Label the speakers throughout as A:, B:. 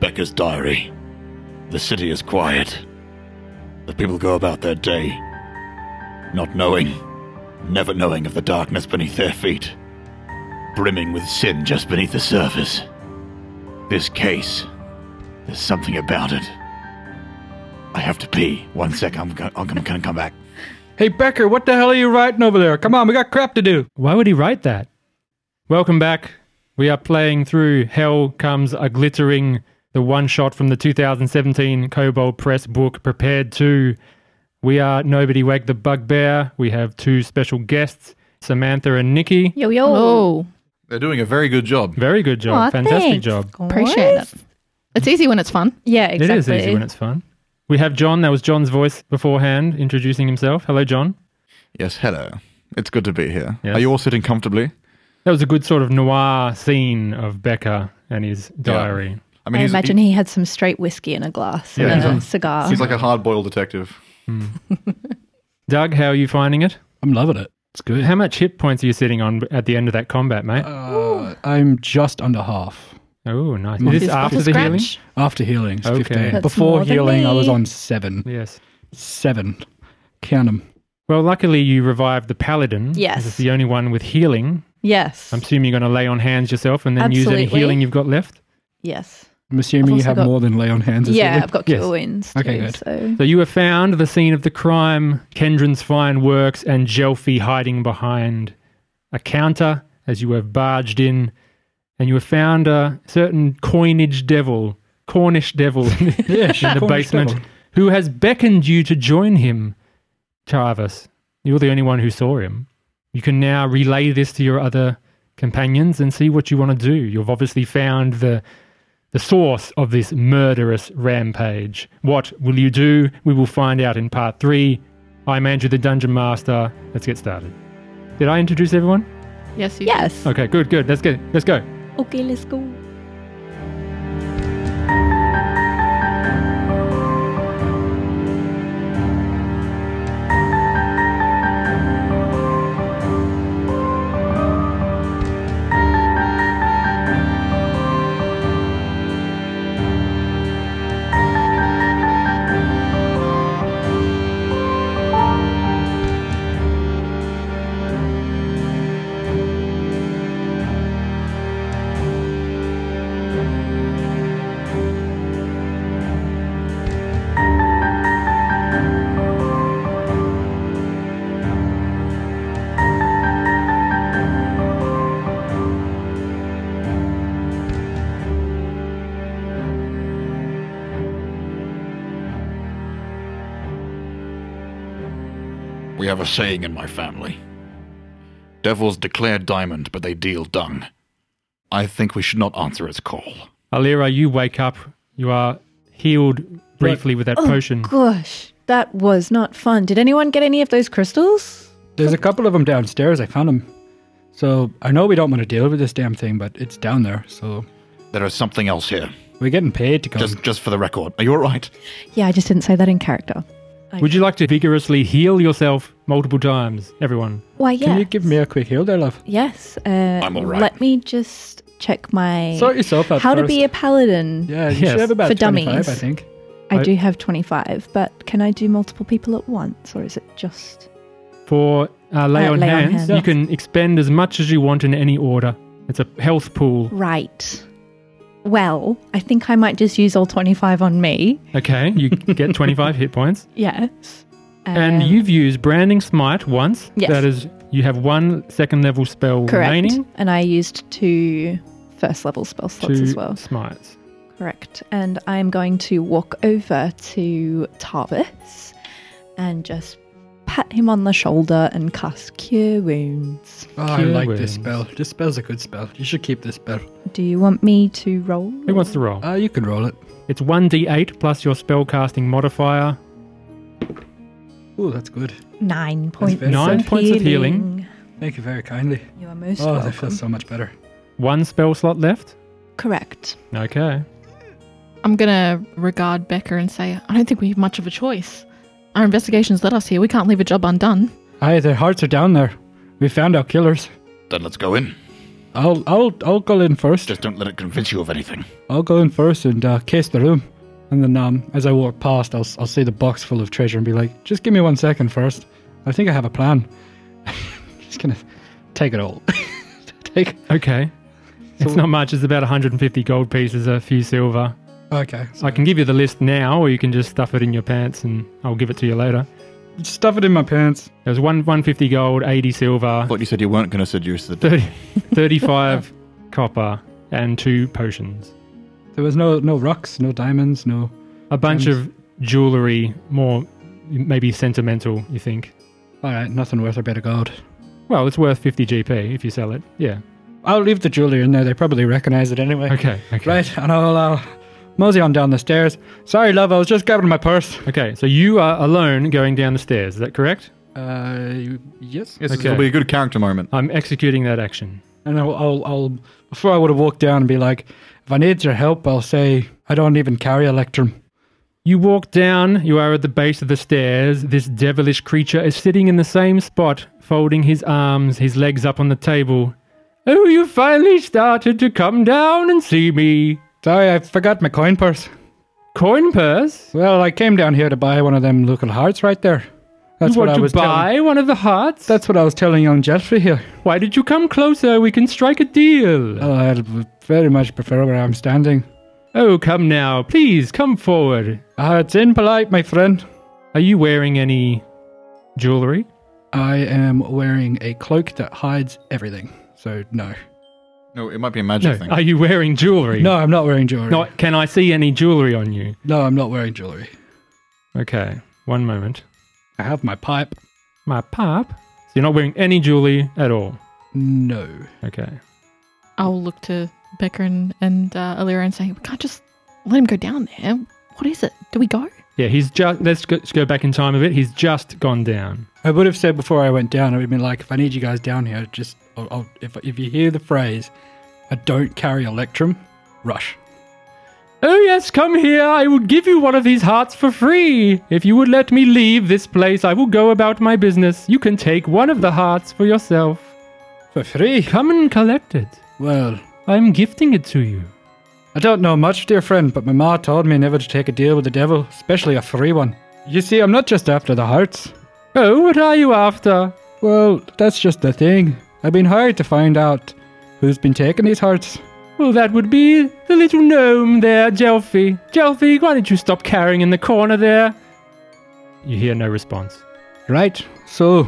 A: Becca's diary. The city is quiet. The people go about their day, not knowing, never knowing of the darkness beneath their feet, brimming with sin just beneath the surface. This case, there's something about it. I have to pee. One sec, I'm gonna, I'm gonna come back.
B: Hey, Becker, what the hell are you writing over there? Come on, we got crap to do.
C: Why would he write that?
B: Welcome back. We are playing through Hell Comes a Glittering, the one shot from the 2017 Kobold Press book, Prepared to. We are Nobody Wag the Bugbear. We have two special guests, Samantha and Nikki.
D: Yo, yo.
E: Oh,
F: They're doing a very good job.
B: Very good job.
D: Aw,
B: Fantastic
D: thanks,
B: job.
E: Oh,
D: guys.
E: appreciate it. It's easy when it's fun.
D: Yeah, exactly.
B: It is easy when it's fun. We have John. That was John's voice beforehand introducing himself. Hello, John.
F: Yes, hello. It's good to be here.
B: Yes.
F: Are you all sitting comfortably?
B: That was a good sort of noir scene of Becker and his diary.
F: I
D: I,
F: mean, he's,
D: imagine he, had some straight whiskey in a glass
F: Yeah,
D: and
F: he's
D: a
F: on-
D: cigar.
F: he's like a hard-boiled detective.
B: Doug, how are you finding it?
C: I'm loving it. It's good.
B: How much hit points are you sitting on at the end of that combat, mate?
C: Uh, I'm just under half
B: oh, nice.
C: Mine
B: Is this
C: is
B: after the healing?
D: Scratch.
C: after healing. It's
B: Okay.
C: 15.
D: That's
C: Before
D: more than
C: healing, I was
D: me.
C: on seven.
B: Yes.
C: Seven. Count them.
B: Well, luckily you revived the paladin.
D: Yes.
B: This is the only one with healing.
D: Yes.
B: I'm assuming you're going to lay on hands yourself and then use any
D: Absolutely.
B: healing you've got left.
D: yes.
C: I'm
D: I've
C: assuming you
D: also
C: have
D: got-
C: more than lay on hands. as
D: Yeah,
C: healing.
D: I've got
B: Yes.
D: cure wounds.
C: Okay,
D: too,
C: good.
D: So.
B: So you were found the scene of the crime, Kendron's fine works, and Jelfie hiding behind a counter as you were barged in, and you were found a certain coinage devil, Cornish devil, in the
C: Cornish
B: basement,
C: devil.
B: who has beckoned you to join him, Tarvis. You're the only one who saw him. You can now relay this to your other companions and see what you want to do. You've obviously found the the source of this murderous rampage. What will you do? We will find out in part three. I'm Andrew the Dungeon Master. Let's get started. Did I introduce everyone?
E: Yes, you
D: Yes.
B: Okay, good, good. Let's get let's go.
D: Okay, let's go.
A: We have a saying in my family Devils declare diamond, but they deal dung. I think we should not answer its call.
B: Alira, you wake up. You are healed briefly with that potion.
D: Oh, Gosh, that was not fun. Did anyone get any of those crystals?
C: There's a couple of them downstairs. I found them. So I know we don't want to deal with this damn thing, but it's down there. So
A: There is something else here.
C: we're getting paid to come.
A: Just, just for the record, are you all right?
D: Yeah, I just didn't say that in character.
B: Would you like to vigorously heal yourself multiple times, everyone?
D: Why, yeah.
C: Can you give me a quick heal there, love?
D: Yes. Uh,
A: I'm all right.
D: Let me just check my.
C: Sort yourself out
D: How to
C: first.
D: be a paladin.
C: Yeah, you
B: Yes.
C: should have about
D: For
C: 25,
D: dummies.
C: I think.
D: I,
B: I-
D: do have 25, but can I do multiple people at once, or is it just.
B: For uh, lay,
D: Uh,
B: on,
D: lay on
B: hands,
D: hands.
B: you can expend as much as you want in any order. It's a health pool.
D: Right. Well, I think I might just use all 25 on me.
B: Okay, you get 25 hit points.
D: Yes.
B: And
D: Um,
B: you've used branding smite once.
D: Yes.
B: That is, you have one second level spell
D: Correct.
B: remaining.
D: And I used two first level spell slots
B: Two
D: as well.
B: smites.
D: Correct. And I'm going to walk over to Tarvis and just pat him on the shoulder and cast Cure Wounds.
C: Oh, I
B: Cure
C: like
B: wounds.
C: this spell. This spell's a good spell. You should keep this spell.
D: Do you want me to roll?
B: Who wants to roll?
C: Uh, you can roll it.
B: It's one d8 plus your spellcasting modifier.
C: Ooh, that's good.
D: Nine points.
B: Nine
D: of
B: points of healing.
C: Thank you very kindly.
D: You are most
C: Oh, that
D: welcome.
C: feels so much better.
B: One spell slot left.
D: Correct.
B: Okay.
E: I'm gonna regard Becker and say, I don't think we have much of a choice. Our investigations led us here. We can't leave a job undone.
C: Aye, their hearts are down there. We found our killers.
A: Then let's go in.
C: I'll I'll I'll go in first.
A: Just don't let it convince you of anything.
C: I'll go in first and uh, case the room, and then um, as I walk past, I'll I'll see the box full of treasure and be like, just give me one second first. I think I have a plan. just gonna take it all. take.
B: Okay. It's not much. It's about 150 gold pieces, a few silver.
C: Okay.
B: I can give you the list now, or you can just stuff it in your pants and I'll give it to you later.
C: Stuff it in my pants.
B: There's one 150 gold, 80 silver,
F: I thought you said you weren't going to seduce the.
B: 30, 35 copper, and two potions.
C: There was no no rocks, no diamonds, no.
B: A bunch
C: Gems.
B: of jewelry, more maybe sentimental, you think.
C: All right, nothing worth a bit of gold.
B: Well, it's worth 50 GP if you sell it. Yeah.
C: I'll leave the jewelry in there. They probably recognize it anyway.
B: Okay. Okay.
C: Right, and I'll uh, mosey on down the stairs. Sorry, love, I was just grabbing my purse.
B: Okay. So you are alone going down the stairs. Is that correct?
C: Uh, yes.
F: Yes,
B: Okay.
F: this will be a good character moment.
B: I'm executing that action.
C: And I'll, I'll, I'll before I would have walked down and be like, if I need your help, I'll say I don't even carry a lectern.
B: You walk down, you are at the base of the stairs. This devilish creature is sitting in the same spot, folding his arms, his legs up on the table. Oh, you finally started to come down and see me.
C: Sorry, I forgot my coin purse.
B: Coin purse?
C: Well, I came down here to buy one of them local hearts right there. That's
B: you
C: what
B: want
C: I
B: to
C: was
B: buy
C: Telling,
B: one of the hearts?
C: that's what I was telling young Jeffrey here.
B: Why did you come closer? We can strike a deal.
C: Well, I would very much prefer where I'm standing.
B: oh, come now. Please, come forward.
C: Ah, it's impolite, my friend.
B: Are you wearing any jewelry?
C: I am wearing a cloak that hides everything. So no,
F: No, it might be a magic
B: No.
F: thing.
B: Are you wearing jewelry?
C: no, I'm not wearing jewelry.
B: No, can I see any jewelry on you?
C: no, I'm not wearing jewelry.
B: Okay, one moment.
C: I have my pipe.
B: My pop. So you're not wearing any jewelry at all.
C: No.
B: Okay.
E: I'll look to Becker and, and uh, Alira and say, we can't just let him go down there. What is it? Do we go?
B: Yeah, he's just. Let's go, let's go back in time a bit. He's just gone down.
C: I would have said before I went down, I would have been like, if I need you guys down here, just, I'll, I'll, if, if you hear the phrase, I don't carry Electrum, rush.
B: Oh yes, come here. I will give you one of these hearts for free if you would let me leave this place. I will go about my business. You can take one of the hearts for yourself.
C: For free?
B: Come and collect it.
C: Well,
B: I'm gifting it to you.
C: I don't know much, dear friend, but my ma told me never to take a deal with the devil, especially a free one. You see, I'm not just after the hearts.
B: Oh, what are you after?
C: Well, that's just the thing. I've been hired to find out who's been taking these hearts.
B: Well, that would be the little gnome there, Jelfie. Jelfie, why don't you stop carrying in the corner there? You hear no response.
C: Right, so,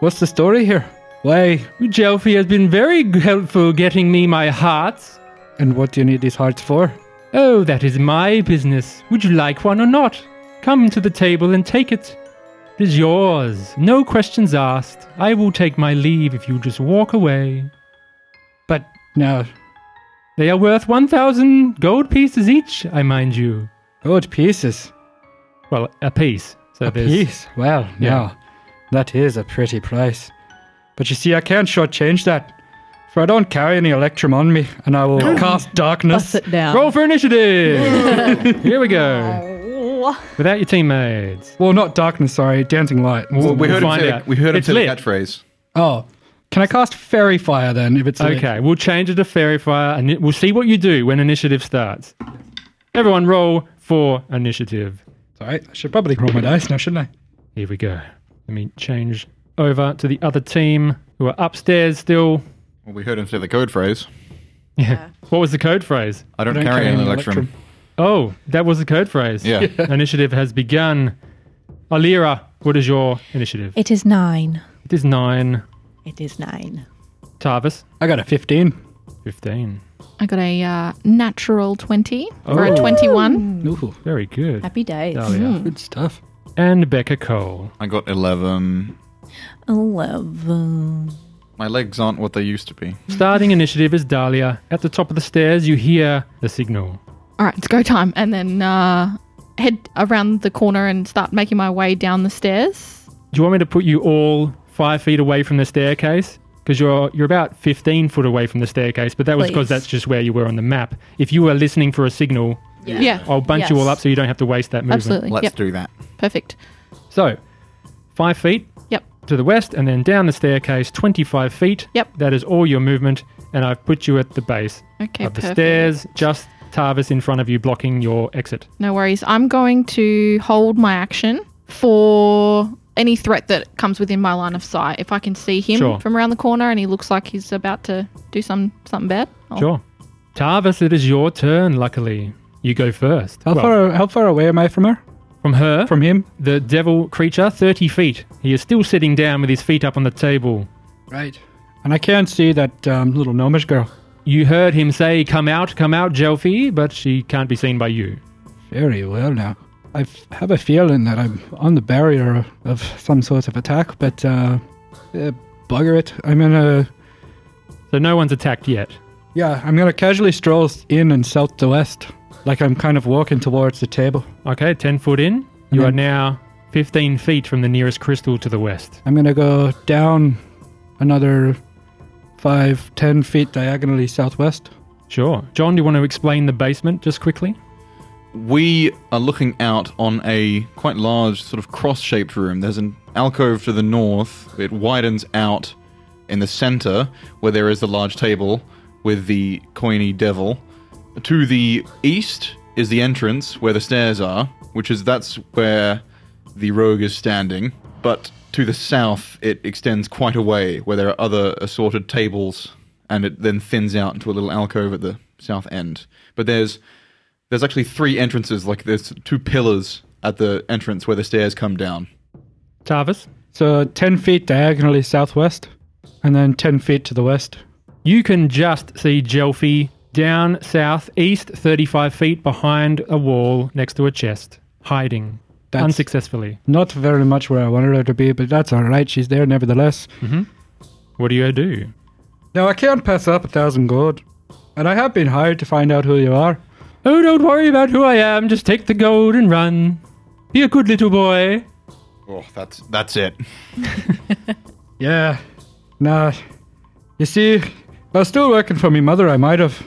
C: what's the story here? Why,
B: Jelfie has been very helpful getting me my hearts.
C: and what do you need these hearts for?
B: Oh, that is my business. Would you like one or not? Come to the table and take it. It is yours. No questions asked. I will take my leave if you just walk away.
C: But now,
B: They are worth 1,000 gold pieces each, I mind you.
C: gold pieces.
B: Well, a piece. So
C: A
B: there's.
C: piece? Well,
B: Yeah.
C: now, that is a pretty price. But you see, I can't shortchange that, for I don't carry any electrum on me, and I will cast darkness.
E: down.
B: Roll for initiative! Here we go. Without your teammates.
C: Well, not darkness, sorry, dancing light.
B: Well,
F: we, heard him
B: find
F: say
B: out.
F: the, we heard him
B: It's
F: say
B: lit.
F: the catchphrase.
C: Oh, can I cast fairy fire then? If it's lit?
B: Okay, we'll change it to Fairy Fire and it- we'll see what you do when initiative starts. Everyone, roll for initiative.
C: Sorry, I should probably roll my dice now, shouldn't I?
B: Here we go. Let me change over to the other team who are upstairs still.
F: Well, we heard him say the code phrase.
B: Yeah. What was the code phrase?
F: I don't, carry, an electrum.
B: Oh, that was the code phrase.
F: Yeah.
B: initiative has begun. Alira, what is your initiative?
D: It is nine.
B: It is nine.
D: It is nine.
B: Tarvis,
C: I got a 15.
B: 15.
E: I got a uh, natural 20 or
B: Oh.
E: a 21.
C: Ooh,
B: Very good.
D: Happy days.
B: Dahlia.
C: good stuff.
B: And Becca Cole.
F: I got 11.
D: Eleven.
F: My legs aren't what they used to be.
B: Starting initiative is Dahlia. At the top of the stairs, you hear the signal.
E: All right, it's go time. And then uh, head around the corner and start making my way down the stairs.
B: Do you want me to put you all five feet away from the staircase? Because you're you're about fifteen foot away from the staircase, but that was because
D: Please.
B: that's just where you were on the map. If you were listening for a signal,
E: Yeah.
B: I'll bunch you all
D: Yes.
B: up so you don't have to waste that movement.
E: Absolutely.
F: Let's
E: Yep.
F: do that.
E: Perfect.
B: So, five feet.
E: Yep.
B: to the west and then down the staircase 25 feet.
E: Yep.
B: That is all your movement, and I've put you at the base
E: Okay,
B: of the
E: perfect.
B: stairs, just Tarvis in front of you, blocking your exit.
E: No worries. I'm going to hold my action for any threat that comes within my line of sight. If I can see him
B: Sure.
E: from around the corner and he looks like he's about to do some something bad, oh, I'll-
B: Sure. Tarvis, it is your turn, luckily. You go first.
C: How
B: Well,
C: far how far away am I from her?
B: from her,
C: From him?
B: the devil creature, 30 feet. He is still sitting down with his feet up on the table.
C: Right. And I can't see that um, little gnomish girl.
B: You heard him say, Come out, come out, Jelfie, but she can't be seen by you.
C: Very well now. I f- have a feeling that I'm on the barrier of some sort of attack, but uh, uh, bugger it. I'm gonna
B: So no one's attacked yet.
C: yeah, I'm gonna casually stroll in and south to west, like I'm kind of walking towards the table.
B: Okay, 10 foot in. You
C: Mhm.
B: are now 15 feet from the nearest crystal to the west.
C: I'm gonna go down another five, ten feet diagonally southwest.
B: Sure. John, do you want to explain the basement just quickly?
F: We are looking out on a quite large sort of cross-shaped room. There's an alcove to the north. It widens out in the center where there is the large table with the coiny devil. To the east is the entrance where the stairs are, which is that's where the rogue is standing. But to the south it extends quite a way where there are other assorted tables and it then thins out into a little alcove at the south end. But there's there's actually three entrances. Like there's two pillars at the entrance where the stairs come down.
B: Tarvis?
C: So ten feet diagonally southwest, and then ten feet to the west.
B: You can just see Jelfie down south east, 35 feet behind a wall next to a chest, hiding
C: That's-
B: unsuccessfully.
C: Not very much where I wanted her to be, but that's all right. She's there nevertheless.
B: What do you do?
C: Now I can't pass up a thousand gold, and I have been hired to find out who you are.
B: Oh, don't worry about who I am. Just take the gold and run. Be a good little boy.
F: Oh, that's that's it.
C: Yeah. Nah. You see, if I was still working for me mother, I might have.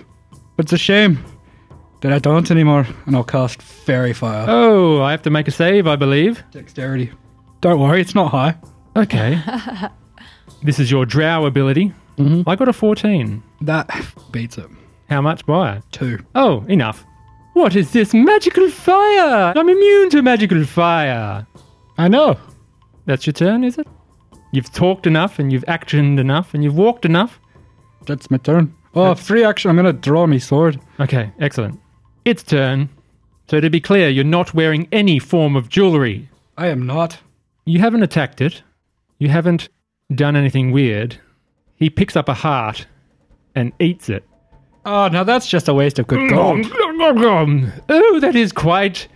C: But it's a shame that I don't anymore, and I'll cast Fairy Fire.
B: Oh, I have to make a save, I believe.
C: Dexterity. Don't worry, it's not high.
B: Okay. this is your drow ability. I got a 14.
C: That beats it.
B: How much by?
C: Two.
B: Oh, enough. What is this magical fire? I'm immune to magical fire.
C: I know.
B: That's your turn, is it? You've talked enough and you've actioned enough and you've walked enough.
C: That's my turn. Oh, free action. I'm going to draw my sword.
B: Okay, excellent. It's turn. So to be clear, you're not wearing any form of jewelry.
C: I am not.
B: You haven't attacked it. You haven't done anything weird. He picks up a heart and eats it.
C: Oh, now that's just a waste of good gold.
B: Oh, that is quite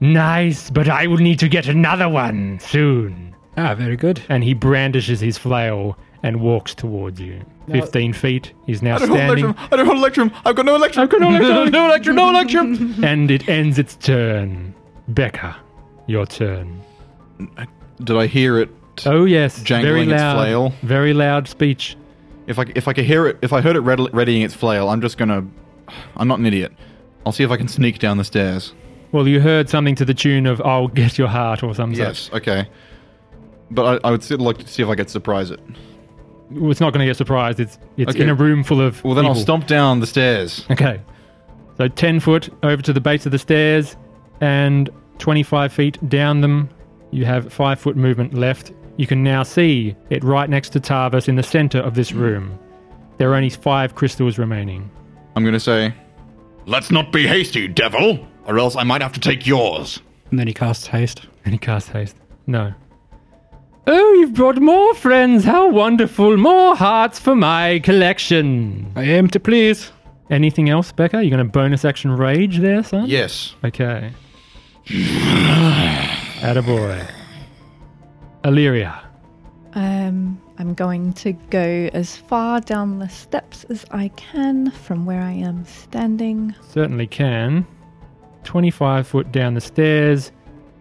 B: nice, but I will need to get another one soon.
C: Ah, very good.
B: And he brandishes his flail and walks towards you. 15 feet. He's now standing.
F: I don't want electrum. I've got no electrum. I've got no
B: electrum,
F: no electrum. No electrum.
B: and it ends its turn. Becca, your turn.
F: Did I hear it?
B: Oh yes, very
F: Jangling its
B: loud,
F: flail.
B: very loud speech.
F: If I if I could hear it, if I heard it ready, readying its flail, I'm just gonna. I'm not an idiot. I'll see if I can sneak down the stairs.
B: Well, you heard something to the tune of "I'll get your heart" or something.
F: Yes. Okay. But I, I would still like to see if I could surprise it.
B: Well, it's not going to get surprised. It's it's
F: Okay.
B: in a room full of.
F: Well, then I'll
B: people.
F: stomp down the stairs.
B: Okay, so ten foot over to the base of the stairs, and twenty-five feet down them. You have five foot movement left. You can now see it right next to Tarvis in the center of this room. There are only five crystals remaining.
F: I'm gonna say,
A: Let's not be hasty, devil, or else I might have to take yours.
C: And then he casts haste.
B: And he casts haste. No. Oh, you've brought more friends. How wonderful. More hearts for my collection.
C: I aim to please.
B: Anything else, Becca? You're going to bonus action rage there, son?
F: yes.
B: Okay. Attaboy. Illyria.
D: Um, I'm going to go as far down the steps as I can from where I am standing.
B: certainly can. 25 foot down the stairs.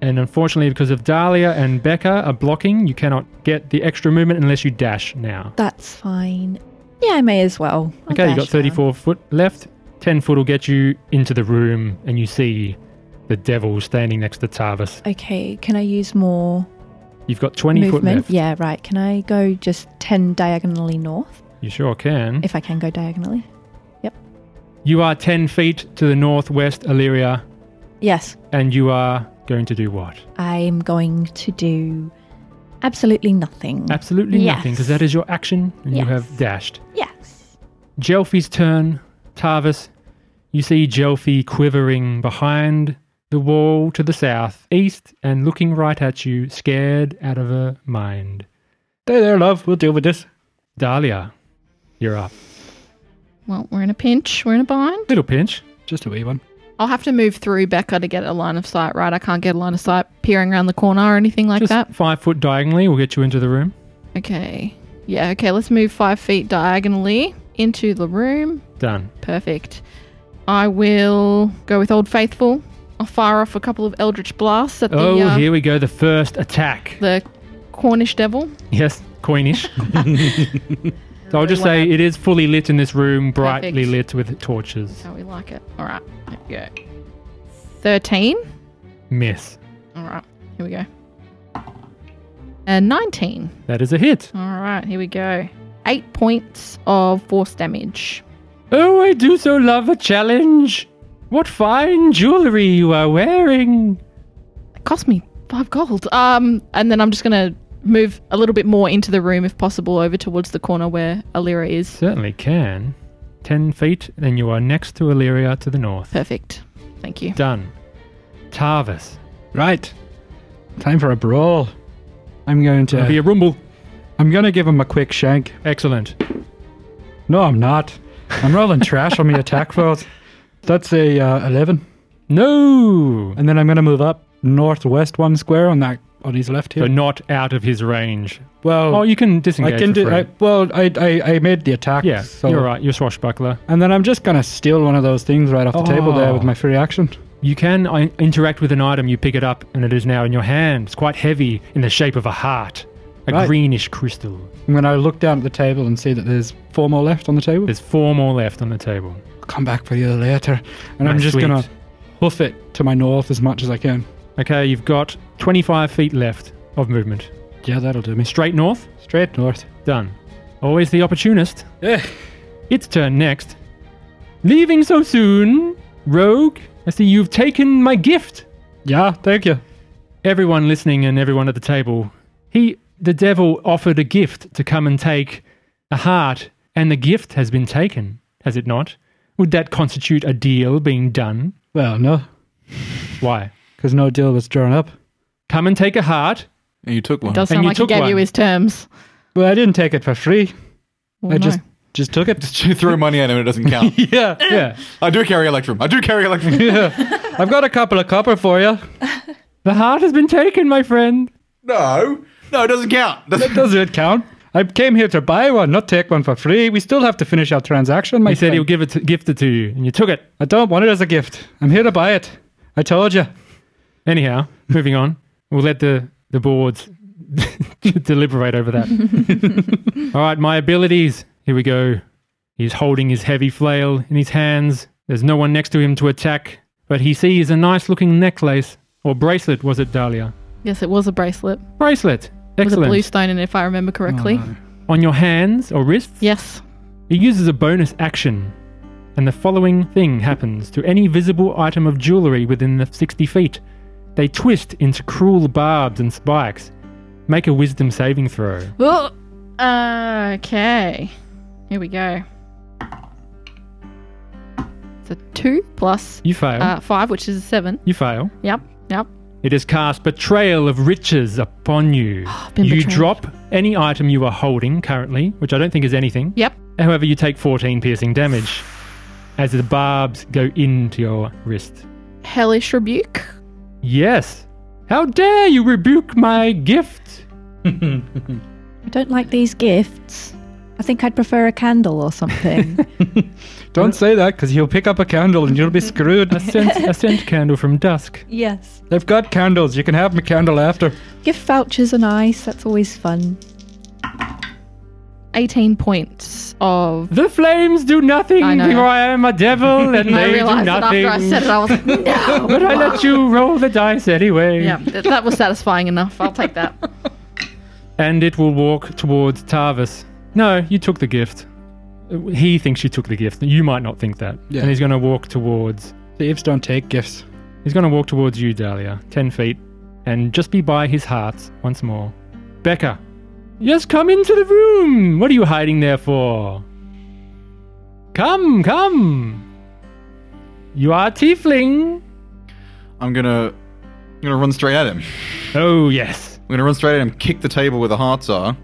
B: And unfortunately, because of Dahlia and Becca are blocking, you cannot get the extra movement unless you dash now.
D: That's fine. Yeah, I may as well. I'll
B: Okay, you got
D: dash down.
B: 34 foot left. 10 foot will get you into the room, and you see the devil standing next to Tarvis.
D: Okay, can I use more
B: You've got 20 foot
D: movement.
B: left.
D: Yeah, right. Can I go just 10 diagonally north?
B: You sure can.
D: If I can go diagonally.
B: you are 10 feet to the northwest, Illyria,
D: Yes,
B: and you are going to do what?
D: I'm going to do absolutely nothing.
B: Absolutely nothing, because that
D: Yes.
B: is your action, and
D: Yes.
B: you have dashed.
D: yes.
B: Jelfi's turn. Tarvis, you see Jelfi quivering behind the wall to the south, east, and looking right at you, scared out of her mind.
C: Stay there, love. We'll deal with this.
B: Dahlia, you're up.
E: Well, we're in a pinch. We're in a bind.
B: Little pinch.
C: Just a wee one.
E: I'll have to move through Becca to get a line of sight, right? I can't get a line of sight peering around the corner or anything like
B: Just
E: that.
B: five foot diagonally will get you into the room.
E: Okay. Yeah, okay. Let's move five feet diagonally into the room.
B: Done.
E: Perfect. I will go with Old Faithful. I'll fire off a couple of Eldritch Blasts at the,
B: Oh,
E: uh,
B: here we go. The first attack.
E: the Cornish Devil.
B: Yes, coinish. so I'll just say it is fully lit in this room, brightly lit with torches.
E: How Oh, we like it. All right. Here we go. 13.
B: Miss.
E: All right. Here we go. And 19.
B: That is a hit.
E: All right. Here we go. Eight points of force damage.
B: Oh, I do so love a challenge. What fine jewelry you are wearing.
E: It cost me five gold. Um, and then I'm just gonna move a little bit more into the room, if possible, over towards the corner where Alira is.
B: Certainly can. 10 feet, then you are next to Illyria to the north.
E: Perfect. Thank you.
B: Done. Tarvis.
C: Right. Time for a brawl. I'm going
B: It'll be
C: to.
B: a rumble.
C: I'm going to give him a quick shank.
B: Excellent.
C: No, I'm not. I'm rolling trash on my attack rolls. That's a uh, eleven,
B: No!
C: and then I'm going to move up northwest one square on that on his left
B: So
C: here.
B: not out of his range.
C: Well,
B: Oh, you can
C: I
B: disengage.
C: can
B: for
C: do.
B: free.
C: I, well, I, I I made the attack.
B: yeah,
C: so,
B: you're right. You're swashbuckler.
C: And then I'm just going to steal one of those things right off the table there
B: Oh.
C: with my free action.
B: You can uh, interact with an item, you pick it up, and it is now in your hand. It's quite heavy in the shape of a heart, a
C: Right.
B: greenish crystal.
C: And when I look down at the table and see that there's four more left on the table,
B: There's four more left on the table.
C: I'll come back for you later. And
B: My
C: I'm just
B: sweet.
C: going to hoof it to my north as much as I can.
B: Okay, you've got 25 feet left of movement.
C: Yeah, that'll do me.
B: Straight north,
C: Straight north.
B: done. Always the opportunist.
C: Yeah.
B: Its turn next. Leaving so soon, rogue. I see you've taken my gift.
C: Yeah, thank you.
B: everyone listening and everyone at the table, he the devil offered a gift to come and take a heart, and the gift has been taken, has it not? Would that constitute a deal being done?
C: Well, no,
B: Why?
C: because no deal was drawn up.
B: Come and take a heart.
F: And you took one.
E: Does
B: And
E: sound
B: you
E: like he
B: took
E: gave you
B: one.
E: his terms.
C: Well, I didn't take it for free.
E: Well,
C: I
E: Oh, no.
C: just just took it.
F: you throw money at him, it doesn't count.
C: yeah.
B: Yeah.
F: I do carry Electrum. I do carry Electrum.
C: I've got a couple of copper for you.
B: The heart has been taken, my friend.
F: no. No, it doesn't count. Doesn't-
C: Does it count? I came here to buy one, not take one for free. We still have to finish our transaction, my
B: He said
C: friend.
B: he'll give it to, gift it to you, and you took it.
C: I don't want it as a gift. I'm here to buy it. I told you.
B: Anyhow, moving on. We'll let the, the boards deliberate over that. All right, my abilities. Here we go. He's holding his heavy flail in his hands. There's no one next to him to attack, but he sees a nice looking necklace or bracelet, was it, Dahlia?
E: yes, it was a bracelet.
B: Bracelet.
E: It was a blue
B: Excellent. Oh,
E: stone, and if I remember correctly,
B: On your hands or wrists?
E: yes.
B: It uses a bonus action, and the following thing happens to any visible item of jewelry within the 60 feet. They twist into cruel barbs and spikes. Make a wisdom saving throw.
E: Well, okay. Here we go. It's a two plus
B: You fail.
E: uh, five, which is a seven.
B: you fail.
E: Yep, yep.
B: It has cast Betrayal of Riches upon you.
E: Ah, been
B: you
E: betrayed.
B: drop any item you are holding currently, which I don't think is anything.
E: Yep.
B: However, you take 14 piercing damage as the barbs go into your wrist.
E: Hellish rebuke.
B: Yes. How dare you rebuke my gift?
D: I don't like these gifts. I think I'd prefer a candle or something.
C: Don't say that because he'll pick up a candle and you'll be screwed.
B: A scent, a scent candle from dusk.
D: yes.
C: They've got candles. You can have my candle after.
D: Gift vouchers are nice. That's always fun.
E: 18 points of.
B: The flames do nothing,
E: I know.
B: for I am a devil, and
E: I
B: they do
E: realized that
B: nothing.
E: after I said it, I was like, no.
B: but I let you roll the dice anyway.
E: Yeah, th- that was satisfying enough. I'll take that.
B: and it will walk towards Tarvis. No, you took the gift. He thinks you took the gift. You might not think that.
C: Yeah.
B: And he's going to walk towards.
C: Thieves don't take gifts.
B: He's going to walk towards you, Dahlia, ten feet, and just be by his heart once more. Becca, just come into the room. What are you hiding there for? Come, come. You are tiefling.
F: I'm gonna, I'm gonna run straight at him.
B: Oh yes.
F: I'm gonna run straight at him, kick the table where the hearts are.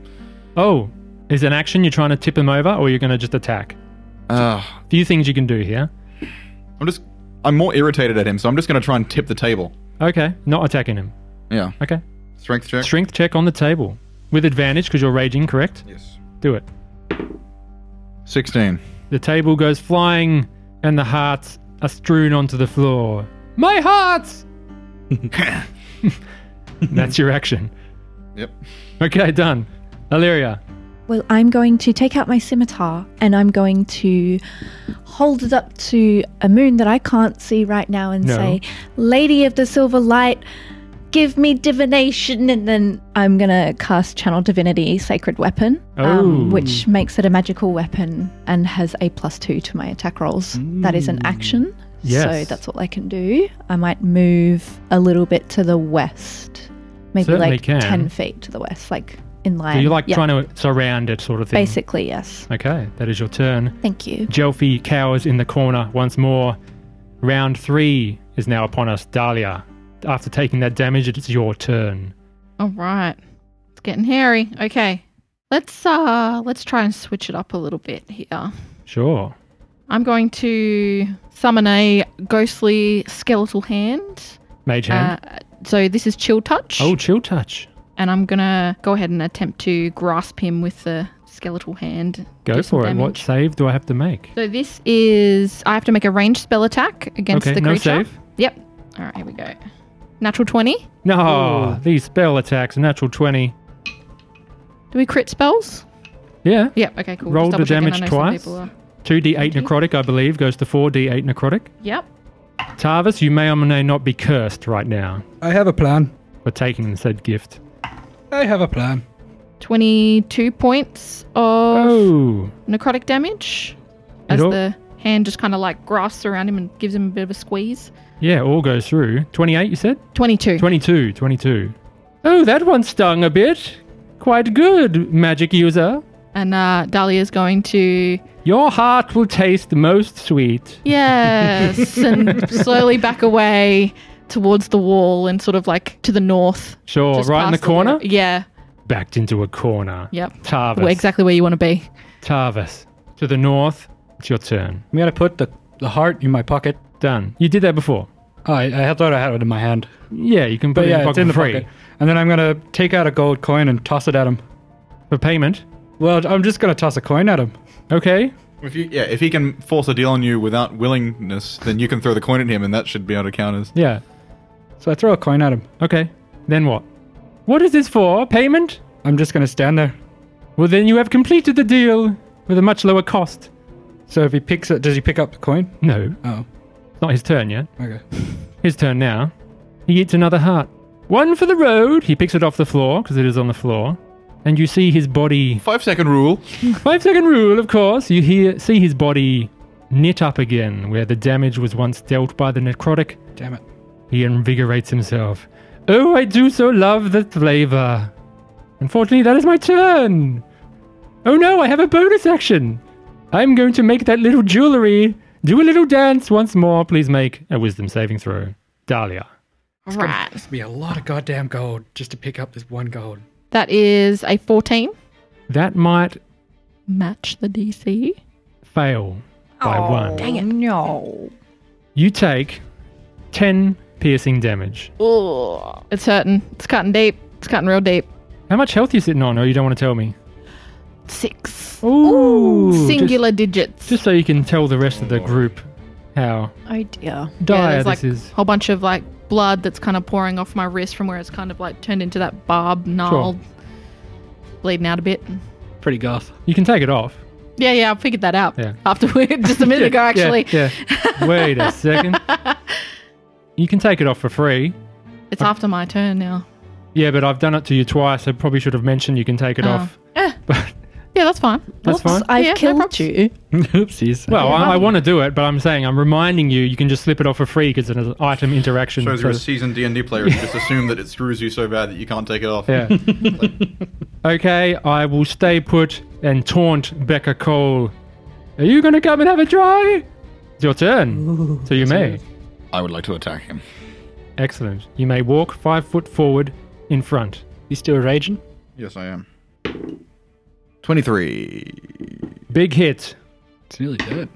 B: Oh, is an action you're trying to tip him over, or you're going to just attack?
F: Ah,
B: Few things you can do here.
F: I'm just, I'm more irritated at him, so I'm just gonna try and tip the table.
B: Okay, not attacking him.
F: Yeah,
B: Okay.
F: strength check.
B: Strength check on the table. With advantage because you're raging, correct?
F: Yes.
B: Do it.
F: Sixteen.
B: The table goes flying and the hearts are strewn onto the floor. My hearts! That's your action.
F: Yep.
B: Okay, done. Illyria.
D: Well, I'm going to take out my scimitar and I'm going to hold it up to a moon that I can't see right now and
B: No.
D: say, Lady of the Silver Light, give me divination. And then I'm going to cast Channel Divinity Sacred Weapon, um,
B: Oh.
D: which makes it a magical weapon and has a plus two to my attack rolls. That is an action.
B: Yes.
D: So that's all I can do. I might move a little bit to the west, maybe
B: Certainly
D: like
B: can.
D: 10 feet to the west, like in line.
B: So
E: Um,
B: you're like
D: Yeah.
B: trying to surround it, sort of thing.
D: Basically, yes.
B: Okay, that is your turn.
D: Thank you.
B: Jelfie cowers in the corner once more. Round three is now upon us. Dahlia, after taking that damage, it's your turn.
E: All right. It's getting hairy. Okay. Let's uh let's try and switch it up a little bit here.
B: Sure.
E: I'm going to summon a ghostly skeletal hand.
B: Mage hand.
E: Uh, so this is chill touch.
B: oh, chill touch.
E: And I'm gonna go ahead and attempt to grasp him with the skeletal hand.
B: Go
E: Do some
B: for it. What
E: damage.
B: save do I have to make?
E: So this is I have to make a ranged spell attack against
B: Okay,
E: the
B: no
E: creature.
B: save?
E: Yep. All right, here we go. Natural 20.
B: No, these spell attacks, natural 20.
E: Do we crit spells?
B: Yeah.
E: Yep. Okay, cool.
B: Roll
E: Just
B: the
E: double checking. I
B: damage
E: know some
B: twice.
E: people are-
B: 2d8 necrotic, I believe, goes to 4d8 necrotic.
E: Yep.
B: Tarvis, you may or may not be cursed right now
C: I have a plan.
B: for taking the said gift.
C: I have a plan.
E: 22 points of
B: Oh,
E: necrotic damage as
B: all-
E: the hand just kind of like grasps around him and gives him a bit of a squeeze.
B: yeah, all goes through. 28, you said?
E: 22.
B: 22, 22. Oh, that one stung a bit. Quite good, magic user.
E: And uh, Dahlia's going to,
B: Your heart will taste most sweet.
E: yes, and slowly back away towards the wall and sort of like to the north.
B: Sure,
E: just
B: right in the
E: past
B: corner? Oh,
E: yeah.
B: Backed into a corner.
E: Yep.
B: Tarvis.
E: Well, exactly where you want to be.
B: Tarvis. To the north, it's your turn.
C: I'm gonna put the, the heart in my pocket.
B: Done. You did that before.
C: Oh, I, I thought I had it in my hand,
B: Yeah, you can put
C: but
B: it
C: yeah,
B: in
C: it's in the
B: free
C: pocket. And then I'm gonna take out a gold coin and toss it at him.
B: for payment.
C: Well, I'm just gonna toss a coin at him.
B: Okay.
F: If you, yeah, if he can force a deal on you without willingness, then you can throw the coin at him, and that should be able to count as.
B: Yeah.
C: So I throw a coin at him.
B: Okay. Then what? What is this for? Payment?
C: I'm just gonna stand there.
B: Well, then you have completed the deal with a much lower cost.
C: So if he picks it, does he pick up the coin?
B: No,
C: Oh,
B: it's not his turn yet.
C: okay.
B: His turn now. He eats another heart. One for the road. He picks it off the floor because it is on the floor. And you see his body.
F: Five second rule.
B: Five second rule, of course. You hear, see his body knit up again where the damage was once dealt by the necrotic.
C: Damn it.
B: He invigorates himself. Oh, I do so love the flavor. Unfortunately, that is my turn. Oh no, I have a bonus action. I'm going to make that little jewelry do a little dance once more. Please make a wisdom saving throw. Dahlia.
E: All right.
C: It's be a lot of goddamn gold just to pick up this one gold.
E: That is a 14.
B: That might
E: Match the DC.
B: fail by one.
D: Dang it. No.
B: You take 10 piercing damage.
E: Oh, it's hurting. It's cutting deep. It's cutting real deep.
B: How much health are you sitting on? Oh, you don't want to tell me.
E: Six.
B: Ooh, just-
E: Singular digits.
B: just so you can tell the rest of the group how
D: Oh dear.
E: yeah,
B: dire
E: there's
B: this
E: like
B: is.
E: a whole bunch of like blood that's kind of pouring off my wrist from where it's kind of like turned into that barb gnarled, bleeding out a bit.
C: Pretty goth.
B: You can take it off.
E: Yeah, yeah, I figured that out
B: Yeah.
E: afterward, just a minute ago, actually.
B: Yeah. yeah. Wait a second. You can take it off for free.
E: It's after my turn now.
B: Yeah, but I've done it to you twice. I probably should have mentioned you can take it
E: Oh.
B: off.
E: Eh.
B: But
E: Yeah, that's fine.
B: that's fine.
D: I've
E: Yeah, no
D: killed
E: props.
D: you.
C: Oopsies.
B: Well,
E: Okay.
B: I, I want to do it, but I'm saying I'm reminding you. You can just slip it off for free because it's an item interaction.
F: Shows you're a
B: so-
F: seasoned D&D player and you just assume that it screws you so bad that you can't take it off.
B: Yeah. okay, I will stay put and taunt Becca Cole. Are you going to come and have a try? It's your turn. so you may.
A: I would like to attack him.
B: Excellent. You may walk five foot forward in front.
C: you still raging?
F: Yes, I am. 23.
B: Big hit.
C: It's nearly dead.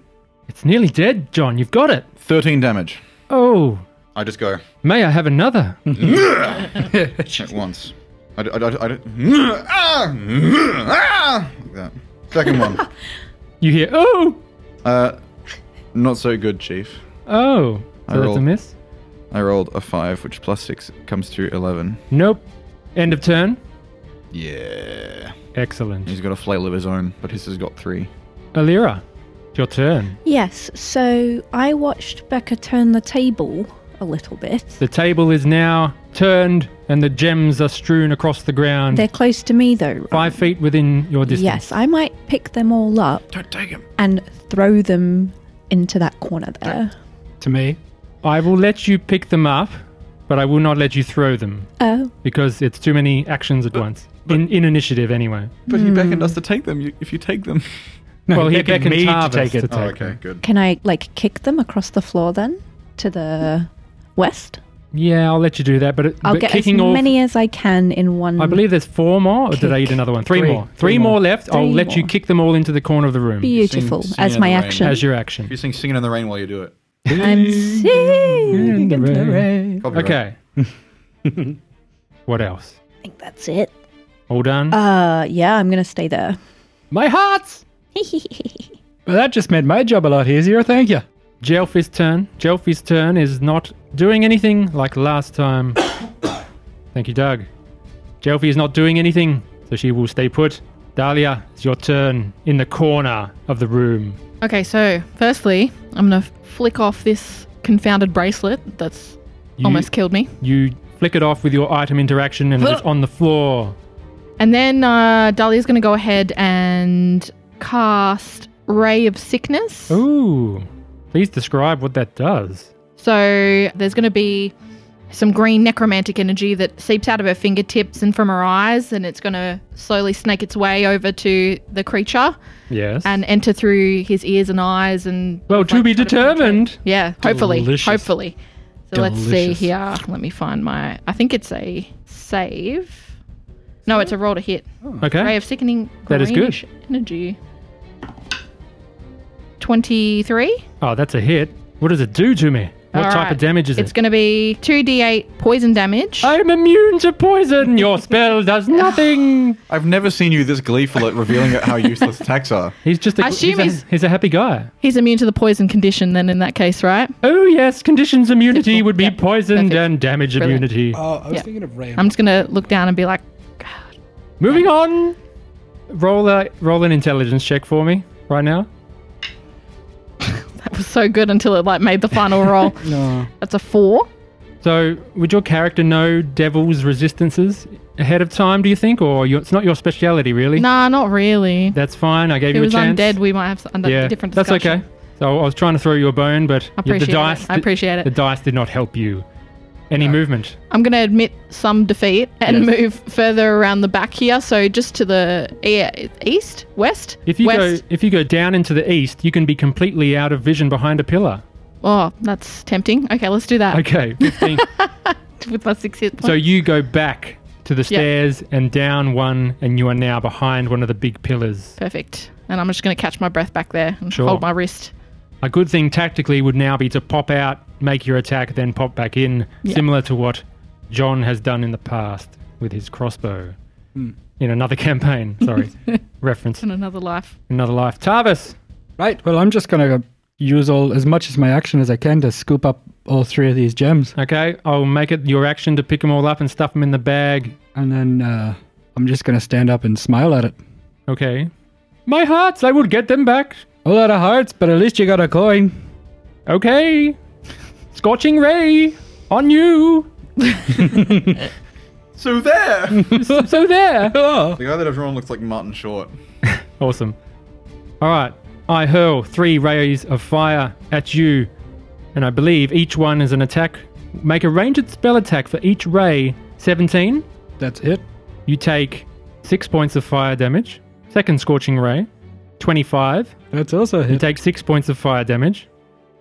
B: It's nearly dead, John. You've got it.
F: 13 damage.
B: Oh,
F: I just go
B: may I have another?
F: at once. I, d- I d- I d- I d- Ah! Ah! Like that. Second one.
B: you hear, oh,
F: Uh, not so good, Chief. I
B: oh. So that's a
F: rolled.
B: miss?
F: I rolled a 5, which plus 6 comes to 11.
B: Nope. End of turn.
F: Yeah.
B: Excellent.
F: He's got a flail of his own, but his has got 3.
B: Alira, it's your turn.
D: Yes, so I watched Becca turn the table a little bit.
B: The table is now turned and the gems are strewn across the ground.
D: They're close to me though. right?
B: five feet within your distance.
D: Yes, I might pick them all up
A: Don't take him.
D: and throw them into that corner there.
C: To me.
B: I will let you pick them up, but I will not let you throw them
D: Oh,
B: because it's too many actions at once. In, in initiative, anyway.
F: But he beckoned us to take them. You, if you take them.
C: No,
B: well, he
C: beckoned
B: beckoned
C: me to
B: Tarvis
C: take
B: to
C: it.
F: Oh,
B: take
F: okay,
B: them.
F: good.
D: can I like kick them across the floor then to the west?
B: Yeah, I'll let you do that, but, it,
D: I'll
B: but
D: get as
B: kicking off.
D: many as I can in one.
B: I believe there's four more, or did I eat
D: Kick.
B: another one? Three,
C: Three.
B: more. Three,
C: Three
B: more
C: more.
B: left. i I'll
D: Three
B: let you
D: more.
B: kick them all into the corner of the room
D: beautiful
F: Sing- sing
D: as
F: in
D: my
F: the rain.
D: action.
B: as your
F: If you
B: action.
F: sing Singing in the Rain while you do it.
D: I'm singing in the rain.
F: Copyright.
B: Okay. what else?
D: I think that's it.
B: All done?
D: Uh, yeah, I'm gonna stay there.
B: My hearts!
C: Well, that just made my job a lot easier, thank you.
B: Jelfie's turn. Jelfie's turn is not doing anything like last time. Thank you, Doug. Jelfie is not doing anything, so she will stay put. Dahlia, it's your turn in the corner of the room.
E: Okay, so firstly, I'm gonna flick off this confounded bracelet that's
B: You,
E: almost killed me,
B: You flick it off with your item interaction and it's on the floor.
E: and then uh, Dahlia's gonna go ahead and cast Ray of Sickness.
B: Ooh. Please describe what that does.
E: So there's going to be some green necromantic energy that seeps out of her fingertips and from her eyes, and it's going to slowly snake its way over to the creature
B: Yes.
E: and enter through his ears and eyes. And
B: well, to
E: like,
B: be
E: try penetrate.
B: determined.
E: Yeah, hopefully,
C: Delicious.
E: hopefully. So let's see
C: Delicious.
E: here. Let me find my. I think it's a save. No, it's a roll to hit. Ray
B: Okay.
E: of sickening.
B: That is good.
E: greenish Energy. Twenty-three.
B: Oh, that's a hit. What does it do to me? What
E: All
B: type
E: right.
B: of damage is
E: It's
B: it?
E: going to be 2d8 poison damage.
B: I'm immune to poison. Your spell does nothing.
F: I've never seen you this gleeful at revealing how useless attacks are.
B: He's just a,
E: I assume
B: he's,
E: he's-
B: a, he's a happy guy.
E: He's immune to the poison condition, then, in that case, right?
B: Oh yes, conditions immunity
E: Typical.
B: would be
E: Yeah,
B: poisoned
E: perfect.
B: and damage
E: Brilliant.
B: immunity.
C: Oh, I was
E: Yeah.
C: thinking of rain.
E: I'm just going to look down and be like,
B: Moving on. Roll a roll an intelligence check for me right now.
E: that was so good until it like made the final roll.
C: no.
E: That's a four.
B: So, would your character know devil's resistances ahead of time? Do you think, or your, it's not your speciality really?
E: Nah, not really.
B: That's fine. I gave
E: If it
B: you a
E: was
B: chance.
E: undead, we might have s- under-
B: yeah,
E: different
B: that's
E: discussion.
B: okay. So I was trying to throw you a bone, but
E: I
B: y-
E: appreciate
B: the dice
E: it. I appreciate
B: the
E: it.
B: dice did not help you. Any movement?
E: I'm going to admit some defeat and
B: Yes.
E: move further around the back here. So just to the e- east, west,
B: If you
E: west.
B: go if you go down into the east, you can be completely out of vision behind a pillar.
E: Oh, that's tempting. Okay, let's do that
B: Okay, 15.
E: with my six hit points.
B: So you go back to the stairs and down one, and you are now behind one of the big pillars.
E: Perfect. And I'm just going to catch my breath back there and
B: Sure.
E: hold my wrist.
B: A good thing tactically would now be to pop out, make your attack, then pop back in,
E: Yeah.
B: similar to what John has done in the past with his crossbow in another campaign. Sorry, reference
E: In another life.
B: another life. Tarvis,
C: Right, well, I'm just going to use all as much as my action as I can to scoop up all three of these gems.
B: okay, I'll make it your action to pick them all up and stuff them in the bag.
C: And then uh, I'm just going to stand up and smile at it.
B: Okay, my hearts, I will get them back.
C: A lot of hearts, but at least you got a coin.
B: Okay, scorching ray on you.
F: So there!
B: so, so there.
F: the guy that everyone looks like Martin Short.
B: Awesome. All right. I hurl three rays of fire at you, and I believe each one is an attack. Make a ranged spell attack for each ray. 17.
C: That's it.
B: You take six points of fire damage. Second scorching ray, 25.
C: That's also a
B: You
C: hit.
B: take six points of fire damage.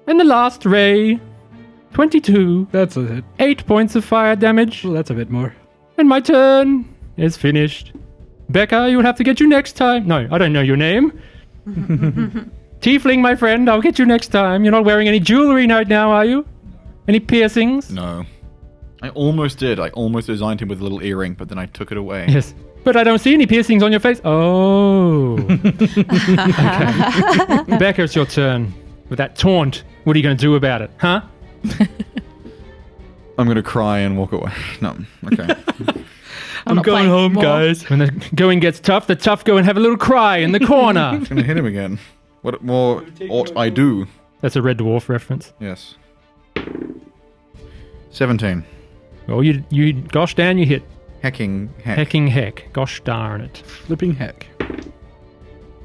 B: And the last ray, 22.
C: That's a hit.
B: Eight points of fire damage.
C: Well, that's a bit more.
B: And my turn is finished. Becca, you'll have to get you next time. No, I don't know your name. Tiefling, my friend, I'll get you next time. You're not wearing any jewelry right now, are you? Any piercings?
F: No. I almost did. I almost designed him with a little earring, but then I took it away.
B: Yes. But I don't see any piercings on your face. Oh. Okay. Becca, it's your turn. With that taunt, what are you going to do about it? Huh?
F: I'm gonna cry and walk away. No, okay.
E: I'm, not playing anymore.
B: When the going gets tough, the tough go and have a little cry in the corner.
F: gonna hit him again. What more ought I do?
B: That's a Red Dwarf reference.
F: Yes. 17.
B: Oh, you, you, gosh darn, you hit.
F: Hacking hack.
B: Hecking heck. Gosh darn it.
C: Flipping heck.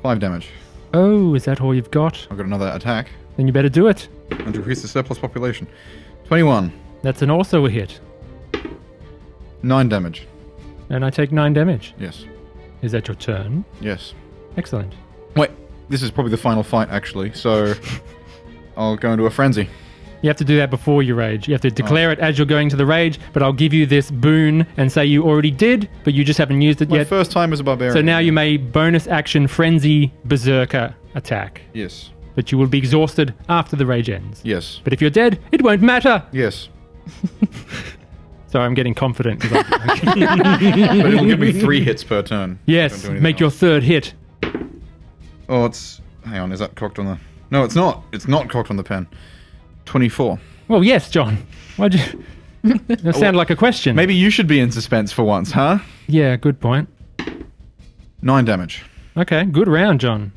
F: 5 damage.
B: Oh, is that all you've got?
F: I've got another attack.
B: Then you better do it.
F: And to increase the surplus population. 21.
B: That's an also a hit.
F: 9 damage.
B: And I take nine damage.
F: Yes.
B: Is that your turn?
F: Yes.
B: Excellent.
F: Wait, this is probably the final fight, actually, so I'll go into a frenzy.
B: You have to do that before you rage. You have to declare it as you're going to the rage, but I'll give you this boon and say you already did, but you just haven't used it
F: My
B: yet.
F: first time as a barbarian.
B: So now you may bonus action frenzy berserker attack,
F: Yes.
B: but you will be exhausted after the rage ends.
F: Yes.
B: But if you're dead, it won't matter.
F: Yes.
B: Sorry, I'm getting confident. 'cause I-
F: but it'll give me 3 hits per turn.
B: yes,
F: Don't do anything
B: make your
F: else.
B: third hit.
F: Oh, it's. Hang on, is that cocked on the. No, it's not. It's not cocked on the pen. 24.
B: Well, yes, John. Why'd you? that sounded like a question.
F: Maybe you should be in suspense for once, huh?
B: Yeah, good point.
F: Nine damage.
B: Okay, good round, John.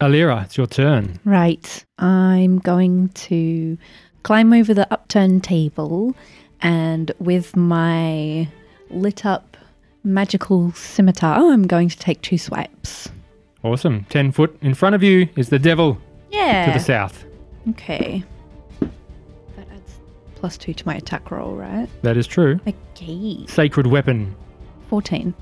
B: Alira, it's your turn.
D: Right. I'm going to climb over the upturned table and with my lit up magical scimitar, I'm going to take two swipes.
B: Awesome. Ten foot in front of you is the devil to
D: Yeah.
B: the south.
D: Okay. That adds plus two to my attack roll, right?
B: That is true.
D: Okay.
B: Sacred weapon
D: 14.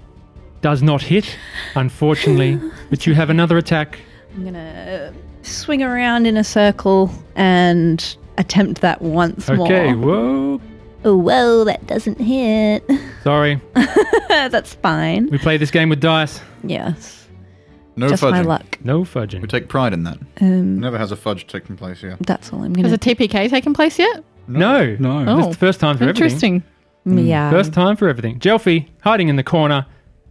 B: does not hit, unfortunately, but you have another attack.
D: I'm going to swing around in a circle and attempt that once
B: Okay,
D: more.
B: whoa.
D: Oh, whoa, that doesn't hit.
B: Sorry,
D: That's fine.
B: we play this game with dice.
D: Yes.
F: No
D: Just
F: fudging.
D: my luck.
B: No
F: We
B: fudging.
F: take pride in that.
D: Um,
F: Never has a fudge taking place here.
D: That's all I'm
E: Has
D: gonna.
E: a TPK taken place yet?
B: No.
C: No.
E: Oh.
B: This is the first time for everything.
E: Interesting.
D: yeah.
B: First time for everything. Jelfie hiding in the corner.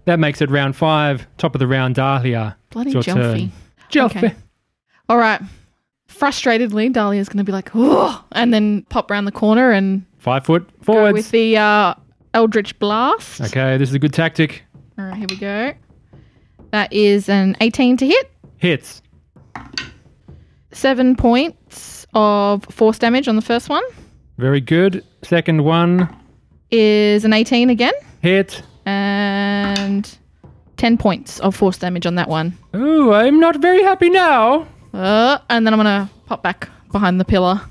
B: That makes it round five. Top of the round, Dahlia.
E: Bloody
B: It's your
E: Jelfie.
B: turn. Jelfie.
E: Okay. All right. Frustratedly, Dahlia's going to be like, oh, and then pop round the corner and
B: Five foot
E: go
B: forwards.
E: with the uh, Eldritch Blast.
B: Okay, this is a good tactic.
E: All right, here we go. That is an 18 to hit.
B: Hits.
E: Seven points of force damage on the first one
B: Very good. Second one.
E: is an 18 again,
B: Hit.
E: and 10 points of force damage on that one.
B: Oh, I'm not very happy now.
E: Uh, and then I'm going to pop back behind the pillar.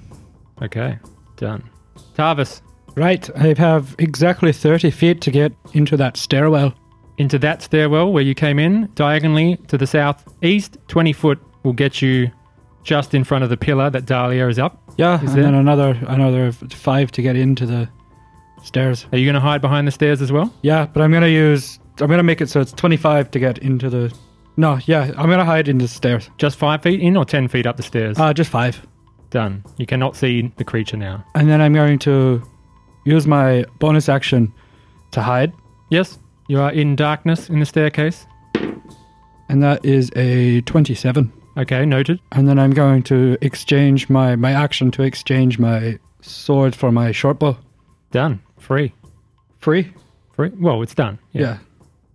B: Okay, done. Tarvis,
C: Right, I have exactly 30 feet to get into that stairwell.
B: into that stairwell where you came in, diagonally to the southeast, 20 foot will get you just in front of the pillar that Dahlia is up.
C: Yeah,
B: Is
C: and
B: it?
C: then another another f- five to get into the stairs.
B: Are you going to hide behind the stairs as well?
C: Yeah, but I'm gonna use. I'm gonna make it so it's 25 to get into the. No, yeah, I'm gonna hide in the stairs.
B: Just five feet in or 10 feet up the stairs?
C: Uh, just five.
B: done. You cannot see the creature now.
C: And then I'm going to use my bonus action to hide,
B: Yes, you are in darkness in the staircase.
C: and that is a 27.
B: Okay, noted.
C: And then I'm going to exchange my my action to exchange my sword for my short bow.
B: Done. Free.
C: Free.
B: Free. Well, it's done.
C: Yeah.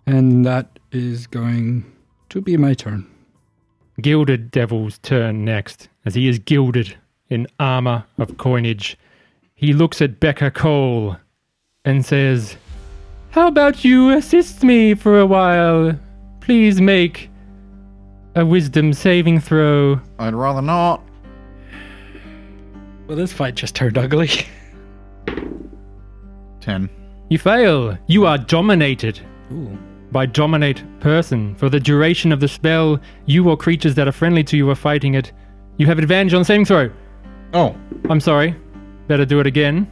C: And that is going to be my turn.
B: Gilded Devil's turn next, as he is gilded in armor of coinage. He looks at Becca Cole and says, How about you assist me for a while? Please make a wisdom saving throw.
F: I'd rather not.
C: Well, this fight just turned ugly.
F: Ten.
B: You fail. You are dominated
C: Ooh.
B: by dominate person. For the duration of the spell, you or creatures that are friendly to you are fighting it. You have advantage on saving throw.
F: Oh,
B: I'm sorry. Better do it again.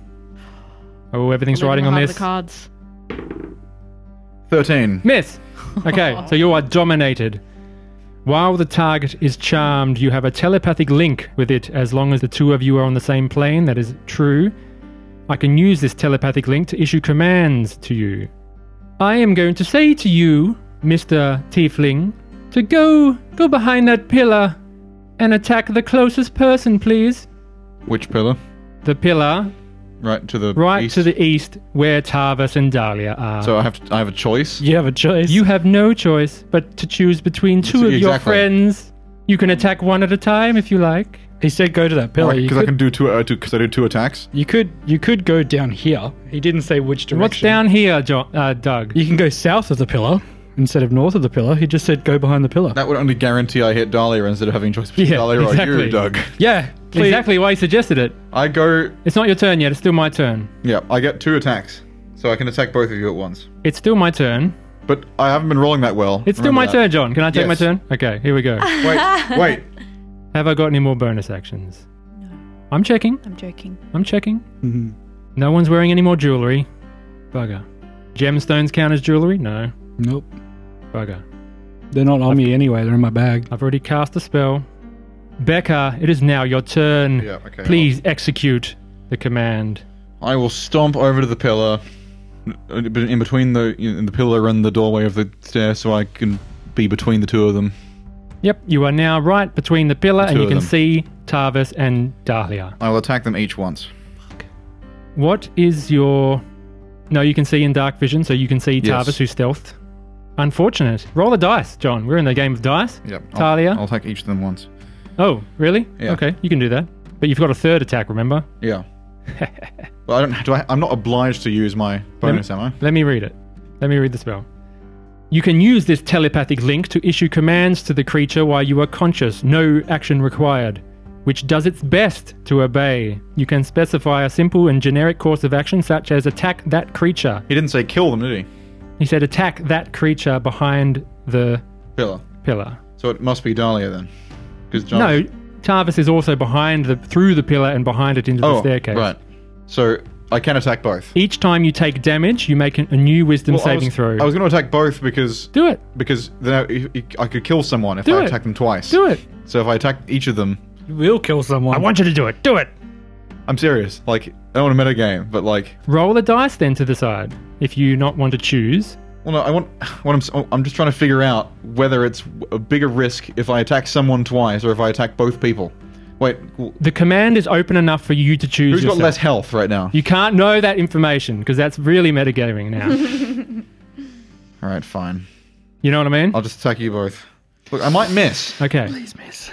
B: Oh, everything's riding on
E: Have
B: this.
E: The cards.
F: 13.
B: Miss. Okay, so you are dominated. While the target is charmed, you have a telepathic link with it as long as the two of you are on the same plane. That is true. I can use this telepathic link to issue commands to you. I am going to say to you, Mr. Tiefling, to go go behind that pillar and attack the closest person, please.
F: Which pillar?
B: The pillar
F: Right to the
B: right
F: east.
B: to the east where Tarvas and Dahlia are.
F: So I have to, I have a choice.
C: You have a choice.
B: You have no choice but to choose between two of your
F: Exactly.
B: friends. You can attack one at a time if you like.
C: he said go to that pillar.
F: Because
C: you,
F: I
C: could,
F: can do two. Uh, two because I do two attacks.
C: you could you could go down here. He didn't say which direction.
B: What's down here, jo- uh, Doug?
C: You can go south of the pillar instead of north of the pillar. He just said go behind the pillar.
F: That would only guarantee I hit Dahlia instead of having a choice between
B: Yeah,
F: Dahlia or
B: exactly.
F: you, Doug.
C: yeah, please.
B: Exactly why he suggested it.
F: I go.
B: It's not your turn yet. It's still my turn.
F: Yeah, I get two attacks, so I can attack both of you at once.
B: It's still my turn.
F: But I haven't been rolling that well.
B: It's still my
F: Remember
B: turn, John. Can I take my
F: Yes.
B: turn? Okay, here we go.
F: that. Wait, wait.
B: have I got any more bonus actions? I'm checking.
D: I'm joking.
B: I'm checking.
F: Mm-hmm.
C: Mhm.
B: No one's wearing any more jewelry. Bugger. Gemstones count as jewelry? No.
C: Nope.
B: Bugger.
C: They're not on me anyway. They're in my bag.
B: I've already cast a spell. Becca, it is now your turn.
F: Yeah, okay.
B: Please execute the command.
F: I will stomp over to the pillar, uh, in between the in the pillar and the doorway of the stair, so I can be between the two of them.
B: Yep, you are now right between the pillar,
F: The
B: and
F: two
B: you
F: of
B: can
F: them.
B: see Tarvis and Dahlia.
F: I will attack them each once.
B: What is your. No, you can see in dark vision, so you can see
F: Yes.
B: Tarvis who stealthed. Unfortunate. Roll the dice, John. We're in the game of dice.
F: Yep. I'll-
B: Talia?
F: I'll attack each of them once.
B: Oh, really?
F: Yeah.
B: Okay, you can do that. But you've got a third attack, remember?
F: Yeah. well, I don't. Do I, I'm not obliged to use my bonus, am I?
B: Let me read it. Let me read the spell. You can use this telepathic link to issue commands to the creature while you are conscious, no action required, which does its best to obey. You can specify a simple and generic course of action, such as attack that creature.
F: He didn't say kill them, did he?
B: He said, attack that creature behind the
F: Pillar.
B: pillar.
F: So it must be Dahlia then, because John.
B: No, Tarvis is also behind the through the pillar and behind it into the
F: Oh,
B: staircase.
F: right. So I can attack both.
B: Each time you take damage, you make an, a new wisdom
F: Well, I
B: saving
F: was-
B: throw.
F: I was going to attack both because
B: do it.
F: because then I, I could kill someone if
B: Do
F: I
B: it.
F: attack them twice.
B: Do it.
F: So if I attack each of them,
C: You will kill someone.
B: I want you to do it. Do it.
F: I'm serious. Like I don't want a meta game, but like,
B: Roll the dice then to the side if you not want to choose.
F: well, no, I want. What I'm s- oh, I'm just trying to figure out whether it's a bigger risk if I attack someone twice or if I attack both people. Wait, who's
B: The command is open enough for you to choose.
F: got
B: yourself.
F: less health right now?
B: You can't know that information because that's really metagaming now.
F: All right, fine.
B: you know what I mean?
F: I'll just attack you both. Look, I might miss.
B: Okay,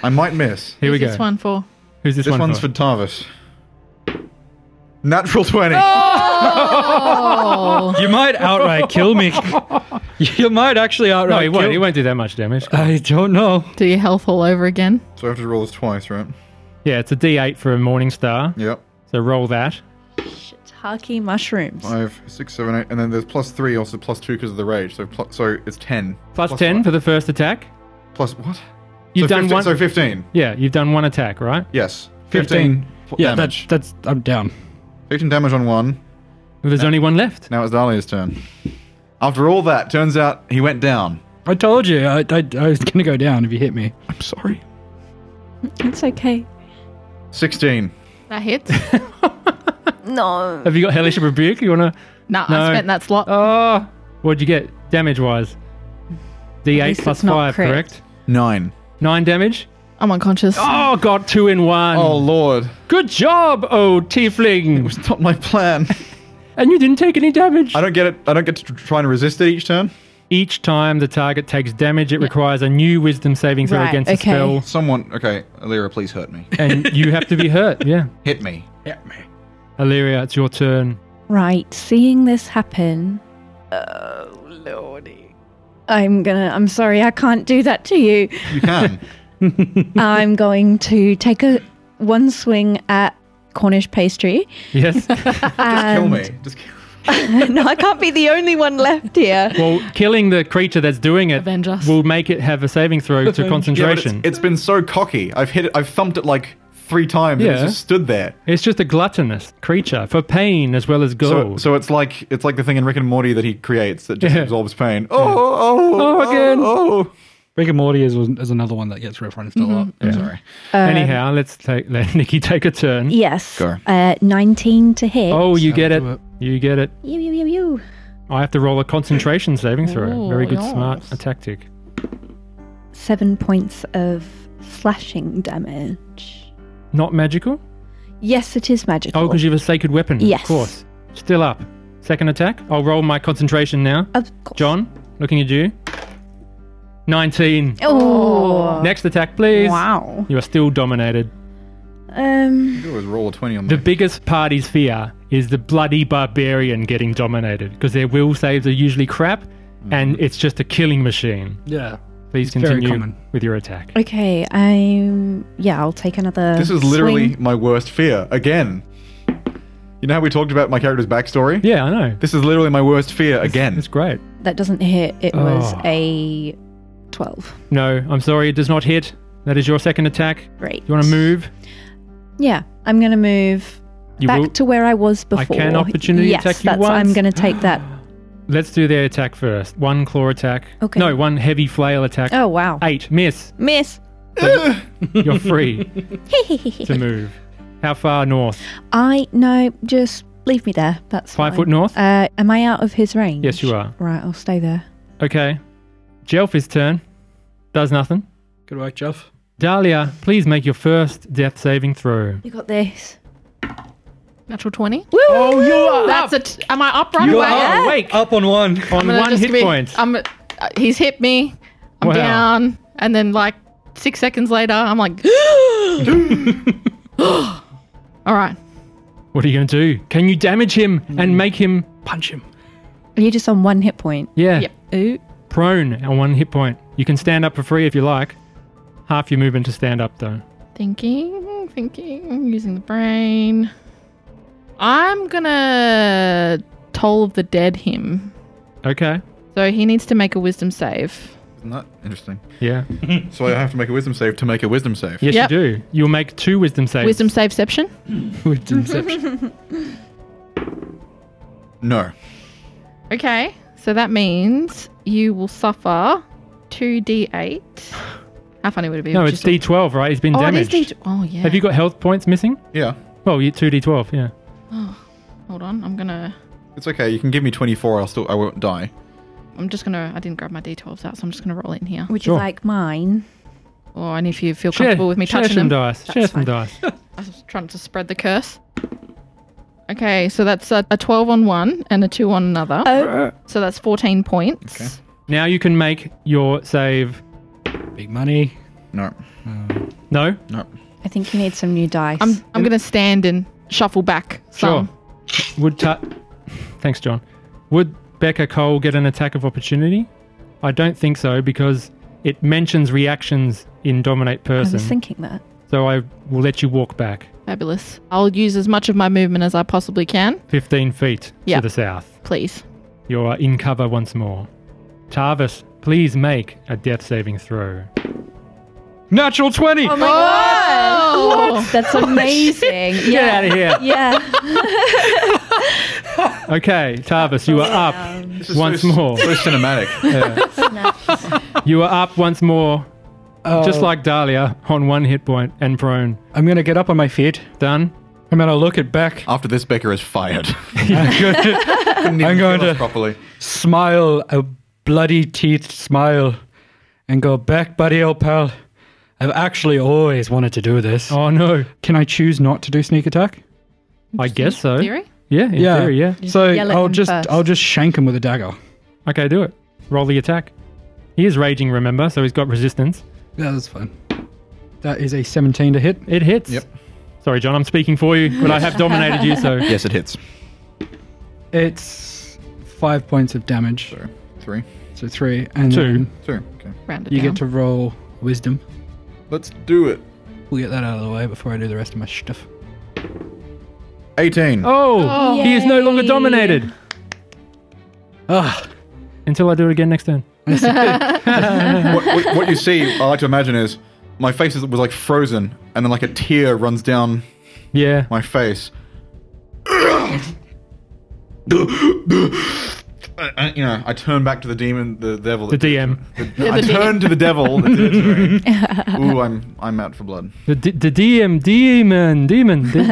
F: I might miss.
B: here we go.
E: Who's This one for.
B: Who's this,
F: This
B: one
F: one's for,
B: for?
F: Tarvis. Natural 20.
C: You might outright kill me. you might actually outright.
B: No, he won't.
C: kill-
B: He won't do that much damage.
C: I don't know.
E: Do your health all over again.
F: So I have to roll this twice, right?
B: Yeah, it's a D8 for a Morning Star.
F: Yep.
B: So roll that.
D: Shit, Harky mushrooms.
F: Five, six, seven, eight, and then there's plus three, also plus two because of the rage. So plus, so it's ten.
B: Plus, plus 10
F: what?
B: for the first attack.
F: Plus what?
B: You've
F: so
B: done
F: 15,
B: one.
F: So fifteen.
B: yeah, you've done one attack, right?
F: Yes.
C: 15.
F: f-
C: Yeah,
F: damage.
C: that's that's. I'm down.
F: Fifteen damage on one.
B: Well, there's only one left.
F: Now it's Dahlia's turn. After all that, turns out he went down.
C: I told you. I, I, I was gonna go down if you hit me.
F: I'm sorry.
D: It's okay.
F: Sixteen.
E: That hits.
D: No.
B: Have you got Hellish Rebuke? You wanna?
E: nah,
B: No.
E: I spent that slot.
B: Oh, what'd you get damage wise? D8
D: least
B: plus
D: it's not
B: five,
D: crit.
B: correct?
F: Nine.
B: Nine damage.
E: I'm unconscious.
B: Oh, got two in one.
F: Oh lord,
B: Good job, oh tiefling.
F: it's not my plan.
B: And you didn't take any damage.
F: I don't get it. I don't get to tr- try and resist it each turn.
B: Each time the target takes damage, it requires a new wisdom saving throw
D: Right,
B: against
D: okay.
B: the spell,
F: Someone, okay, Alira, please hurt me.
B: and you have to be hurt. Yeah,
F: Hit me.
C: Hit me.
B: Illyria, it's your turn.
D: Right, seeing this happen, Oh, Lordy. I'm gonna. I'm sorry, I can't do that to you.
F: You can.
D: I'm going to take a one swing at Cornish pastry.
B: Yes.
F: Kill
D: And
F: me. Just kill
D: no, I can't be the only one left here.
B: well, killing the creature that's doing it
E: Avenge us.
B: will make it have a saving throw to
F: Yeah, but it's-
B: concentration. it's,
F: it's been so cocky. I've hit it. I've thumped it like three times. and
B: Yeah.
F: it's just stood there.
B: just a gluttonous creature for pain as well as
F: So,
B: gold.
F: so it's like it's like the thing in Rick and Morty that he creates that just
B: Yeah.
F: absorbs pain. Oh, oh,
B: Oh, again.
F: Oh,
C: Rick and Morty is, is another one that gets referenced a lot. I'm sorry.
B: Uh, Anyhow, let's take let Nikki take a turn.
D: Yes.
F: Go.
D: Uh, 19 to hit.
B: Oh, you get it.
C: do it.
B: You get it.
D: You, you, you, you.
B: I have to roll a concentration saving throw.
E: Ooh,
B: Very good,
E: yes.
B: smart tactic.
D: Seven points of slashing damage.
B: Not magical?
D: Yes, it is magical.
B: Oh, because you have a sacred weapon.
D: Yes.
B: Of course. Still up. Second attack. I'll roll my concentration now.
D: Of course.
B: John, looking at you. 19.
D: Oh.
B: Next attack, please.
D: Wow.
B: You are still dominated.
D: Um,
F: oh. It was roll a twenty on
B: The
F: the.
B: biggest party's fear is the bloody barbarian getting dominated because their will saves are usually crap and it's just a killing machine.
C: Yeah.
B: Please
C: Mm-hmm. very
B: continue
C: common.
B: with your attack.
D: okay, I'm. Yeah, I'll take another.
F: This is literally
D: swing.
F: my worst fear again. You know how we talked about my character's backstory?
B: Yeah, I know.
F: This is literally my worst fear again.
B: It's great.
D: That doesn't hit. It was
B: Oh.
D: a 12.
B: No, I'm sorry, it does not hit. That is your second attack.
D: Great.
B: You want to move?
D: Yeah, I'm going to move
B: You
D: back
B: will.
D: to where I was
B: I
D: before.
B: can opportunity
D: yes,
B: attack you
D: that's,
B: once.
D: I'm going to take that.
B: Let's do their attack first. One claw attack.
D: Okay.
B: No, one heavy flail attack.
D: Oh, wow.
B: Eight. Miss.
D: Miss.
B: You're free to move. How far north?
D: I no, just leave me there. That's
B: Five
D: fine.
B: foot north?
D: Uh, am I out of his range?
B: Yes, you are.
D: Right, I'll stay there.
B: Okay. Jelf's turn. Does nothing.
C: Good work, Jeff.
B: Dahlia, please make your first death saving throw.
D: You got this.
E: Natural 20.
B: Oh, you are
E: That's a. T- am I up right away?
C: up,
B: awake
C: up on one.
B: on
E: I'm gonna
B: one
E: just
B: hit
E: be-
B: point.
E: I'm, uh, he's hit me. I'm
B: Wow.
E: down. And then, like, six seconds later, I'm like, all right.
B: What are you going to do? Can you damage him
E: Mm.
B: and make him,
C: Punch him.
D: You're just on one hit point.
B: yeah,
E: Yep.
D: Ooh.
B: prone on one hit point? You can stand up for free if you like. Half your movement to stand up, though.
E: Thinking, thinking, using the brain. I'm gonna toll of the dead him.
B: Okay.
E: So he needs to make a wisdom save.
F: Isn't that interesting?
B: Yeah.
F: So I have to make a wisdom save to make a wisdom save.
B: Yes,
E: Yep.
B: you do. You'll make two wisdom saves.
E: Wisdom saveception.
C: With Inception.
F: No.
E: Okay, so that means you will suffer 2d8. How funny would it be?
B: No,
E: if
B: it's
E: just a-
B: D12, right? He's been
E: Oh, it is
B: damaged.
E: D12. Oh, yeah.
B: Have you got health points missing?
F: Yeah.
B: Well, you 2D12, yeah.
E: Hold on, I'm gonna.
F: It's okay. You can give me 24. I'll still. I won't die.
E: I'm just gonna. I didn't grab my d12s out, so I'm just gonna roll it in here.
D: Would
B: Sure.
D: you like mine?
E: Or and if you feel comfortable with me
B: share
E: touching
B: some
E: them,
B: dice. Share some dice.
E: I was trying to spread the curse. Okay, so that's a, a 12 on one and a two on another.
D: Oh.
E: So that's 14 points.
F: Okay.
B: now you can make your save.
C: Big money.
F: No.
B: No?
F: No.
D: I think you need some new dice.
E: I'm I'm gonna stand and shuffle back. Some.
B: Sure. Would ta- Thanks, John. Would Becca Cole get an attack of opportunity? I don't think so because it mentions reactions in Dominate
D: I
B: Person.
D: was thinking that.
B: so I will let you walk back
E: Fabulous. I'll use as much of my movement as I possibly can.
B: 15 feet
E: Yeah.
B: to the south.
E: Please.
B: You are in cover once more. Tarvis, please make a death saving throw.
C: Natural 20.
D: Um,
E: Oh!
D: That's amazing.
B: Get
D: yeah.
B: out of here.
D: Yeah.
B: Okay, Tarvis, you are up once
F: so,
B: more.
F: So cinematic.
B: You are up once more,
C: Uh,
B: just like Dahlia, on one hit point and prone.
C: I'm going to get up on my feet.
B: Done.
C: I'm going to look at Beck.
F: After this, Becker is fired.
C: I'm going to
F: I'm
C: going to-
F: properly.
C: smile, a bloody teeth smile, and go, Beck, buddy, old pal. I've actually always wanted to do this.
B: Oh no.
C: Can I choose not to do sneak attack?
B: I guess so.
E: Theory?
B: Yeah, in theory, yeah.
C: So
D: yell at
C: I'll
D: him
C: just
D: first.
C: I'll just shank him with a dagger.
B: Okay, do it. Roll the attack. He is raging, remember, so he's got resistance.
C: Yeah, that's fine. That is a 17 to hit.
B: It hits.
F: Yep.
B: Sorry, John, I'm speaking for you, but I have dominated you, so
F: Yes, it hits.
C: It's five points of damage.
F: So three,
C: So three. And
B: Two.
C: then
F: two. Okay,
E: Round it
C: You
E: down.
C: get to roll wisdom.
F: let's do it.
C: We'll get that out of the way before I do the rest of my stuff.
F: Eighteen.
B: Oh,
E: Oh.
B: he is no longer
D: Yay.
B: dominated
C: Ah,
B: until I do it again next turn.
F: what, what, what you see, I like to imagine, is my face is, was like frozen, and then like a tear runs down
B: Yeah.
F: my face. I, I- you know, I turn back to the demon, the devil. that
B: The
F: did it
B: DM.
F: to me. The- I turn to the devil. That did it to me. Ooh, I'm I'm out for blood.
B: The, d- the DM, demon, demon, the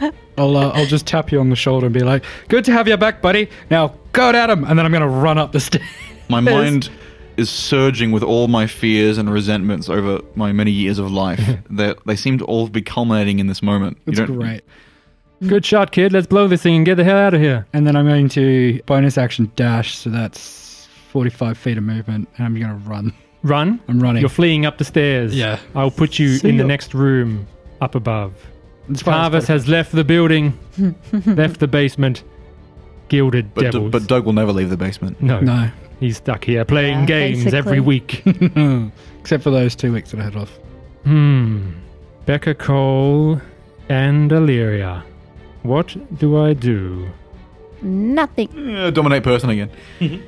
B: devil.
C: I'll uh, I'll just tap you on the shoulder and be like, "Good to have you back, buddy. Now go at him." And then I'm gonna run up the stairs.
F: My mind is surging with all my fears and resentments over my many years of life. they they seem to all be culminating in this moment. You
C: It's
F: don't-
C: great.
B: Good shot, kid. Let's blow this thing and get the hell out of here.
C: And then I'm going to bonus action dash, so that's 45 feet of movement, and I'm going to run.
B: Run.
C: I'm running.
B: You're fleeing up the stairs.
C: Yeah.
B: I'll put you
C: See
B: in the
C: ya.
B: next room up above.
C: It's fine, it's
B: Harvest
C: fine.
B: has left the building, left the basement. Gilded
F: But,
B: devils.
F: but Doug will never leave the basement.
B: no,
C: No,
B: he's stuck here playing
D: Yeah,
B: games every
D: basically.
B: week.
C: except for those two weeks that I had off.
B: Hmm. Becca Cole and Illyria. What do I do?
D: Nothing.
B: Hmm.
F: Yeah, dominate person again. He's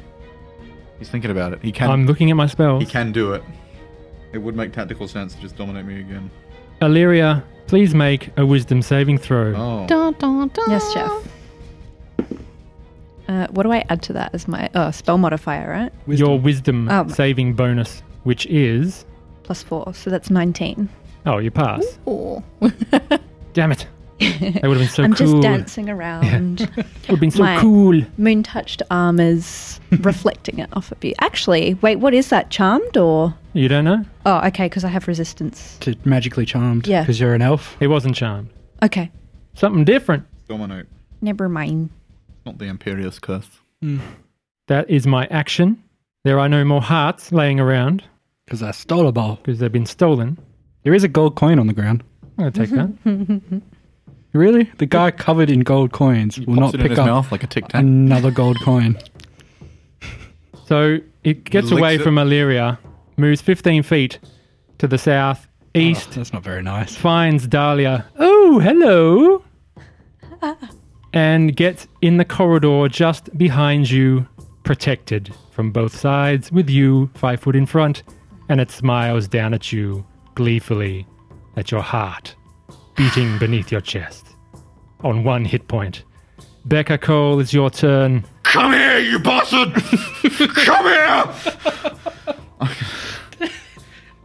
F: thinking about it. He can.
B: Mm-hmm. I'm looking at my
F: He
B: spells.
F: can do it. It would make tactical sense to just dominate me again.
B: Illyria, please make a wisdom saving throw.
F: Oh.
E: Dun, dun, dun.
D: Yes, Jeff. Uh, what do I add to that as my oh spell modifier, right?
B: Your wisdom
D: Oh.
B: saving bonus, which is
D: Plus four, so that's nineteen.
B: oh, you pass.
E: Oh.
B: Damn it! That would have been so
D: I'm
B: cool.
D: just dancing around.
B: Would have been so
D: My-
B: cool.
D: Moon touched armors reflecting it off of you. Actually, wait, what is that? Charmed or
B: You don't know?
D: oh, okay, because I have resistance.
C: To magically charmed.
D: Yeah.
C: Because you're an elf.
B: It wasn't charmed.
D: Okay,
B: Something different.
F: Dominate.
D: never mind.
F: Not the Imperious curse.
B: That is my action. There are no more hearts laying around
C: Because I stole a ball.
B: because they've been stolen.
C: There is a gold coin on the ground.
B: I'm gonna take that.
D: Mm-hmm.
C: Really? The guy covered in gold coins will not
F: Pops it in
C: pick
F: his
C: up
F: mouth like a tic tac.
C: another gold coin.
B: So it gets
F: Licks
B: away
F: it.
B: from Illyria, moves 15 feet to the south east,
C: Oh, That's not very nice.
B: finds Dahlia. Oh, hello. and gets in the corridor just behind you, protected from both sides, with you five foot in front, and it smiles down at you gleefully, at your heart beating beneath your chest on one hit point. Becca Cole, it's your turn.
A: Come here, you bastard! Come here!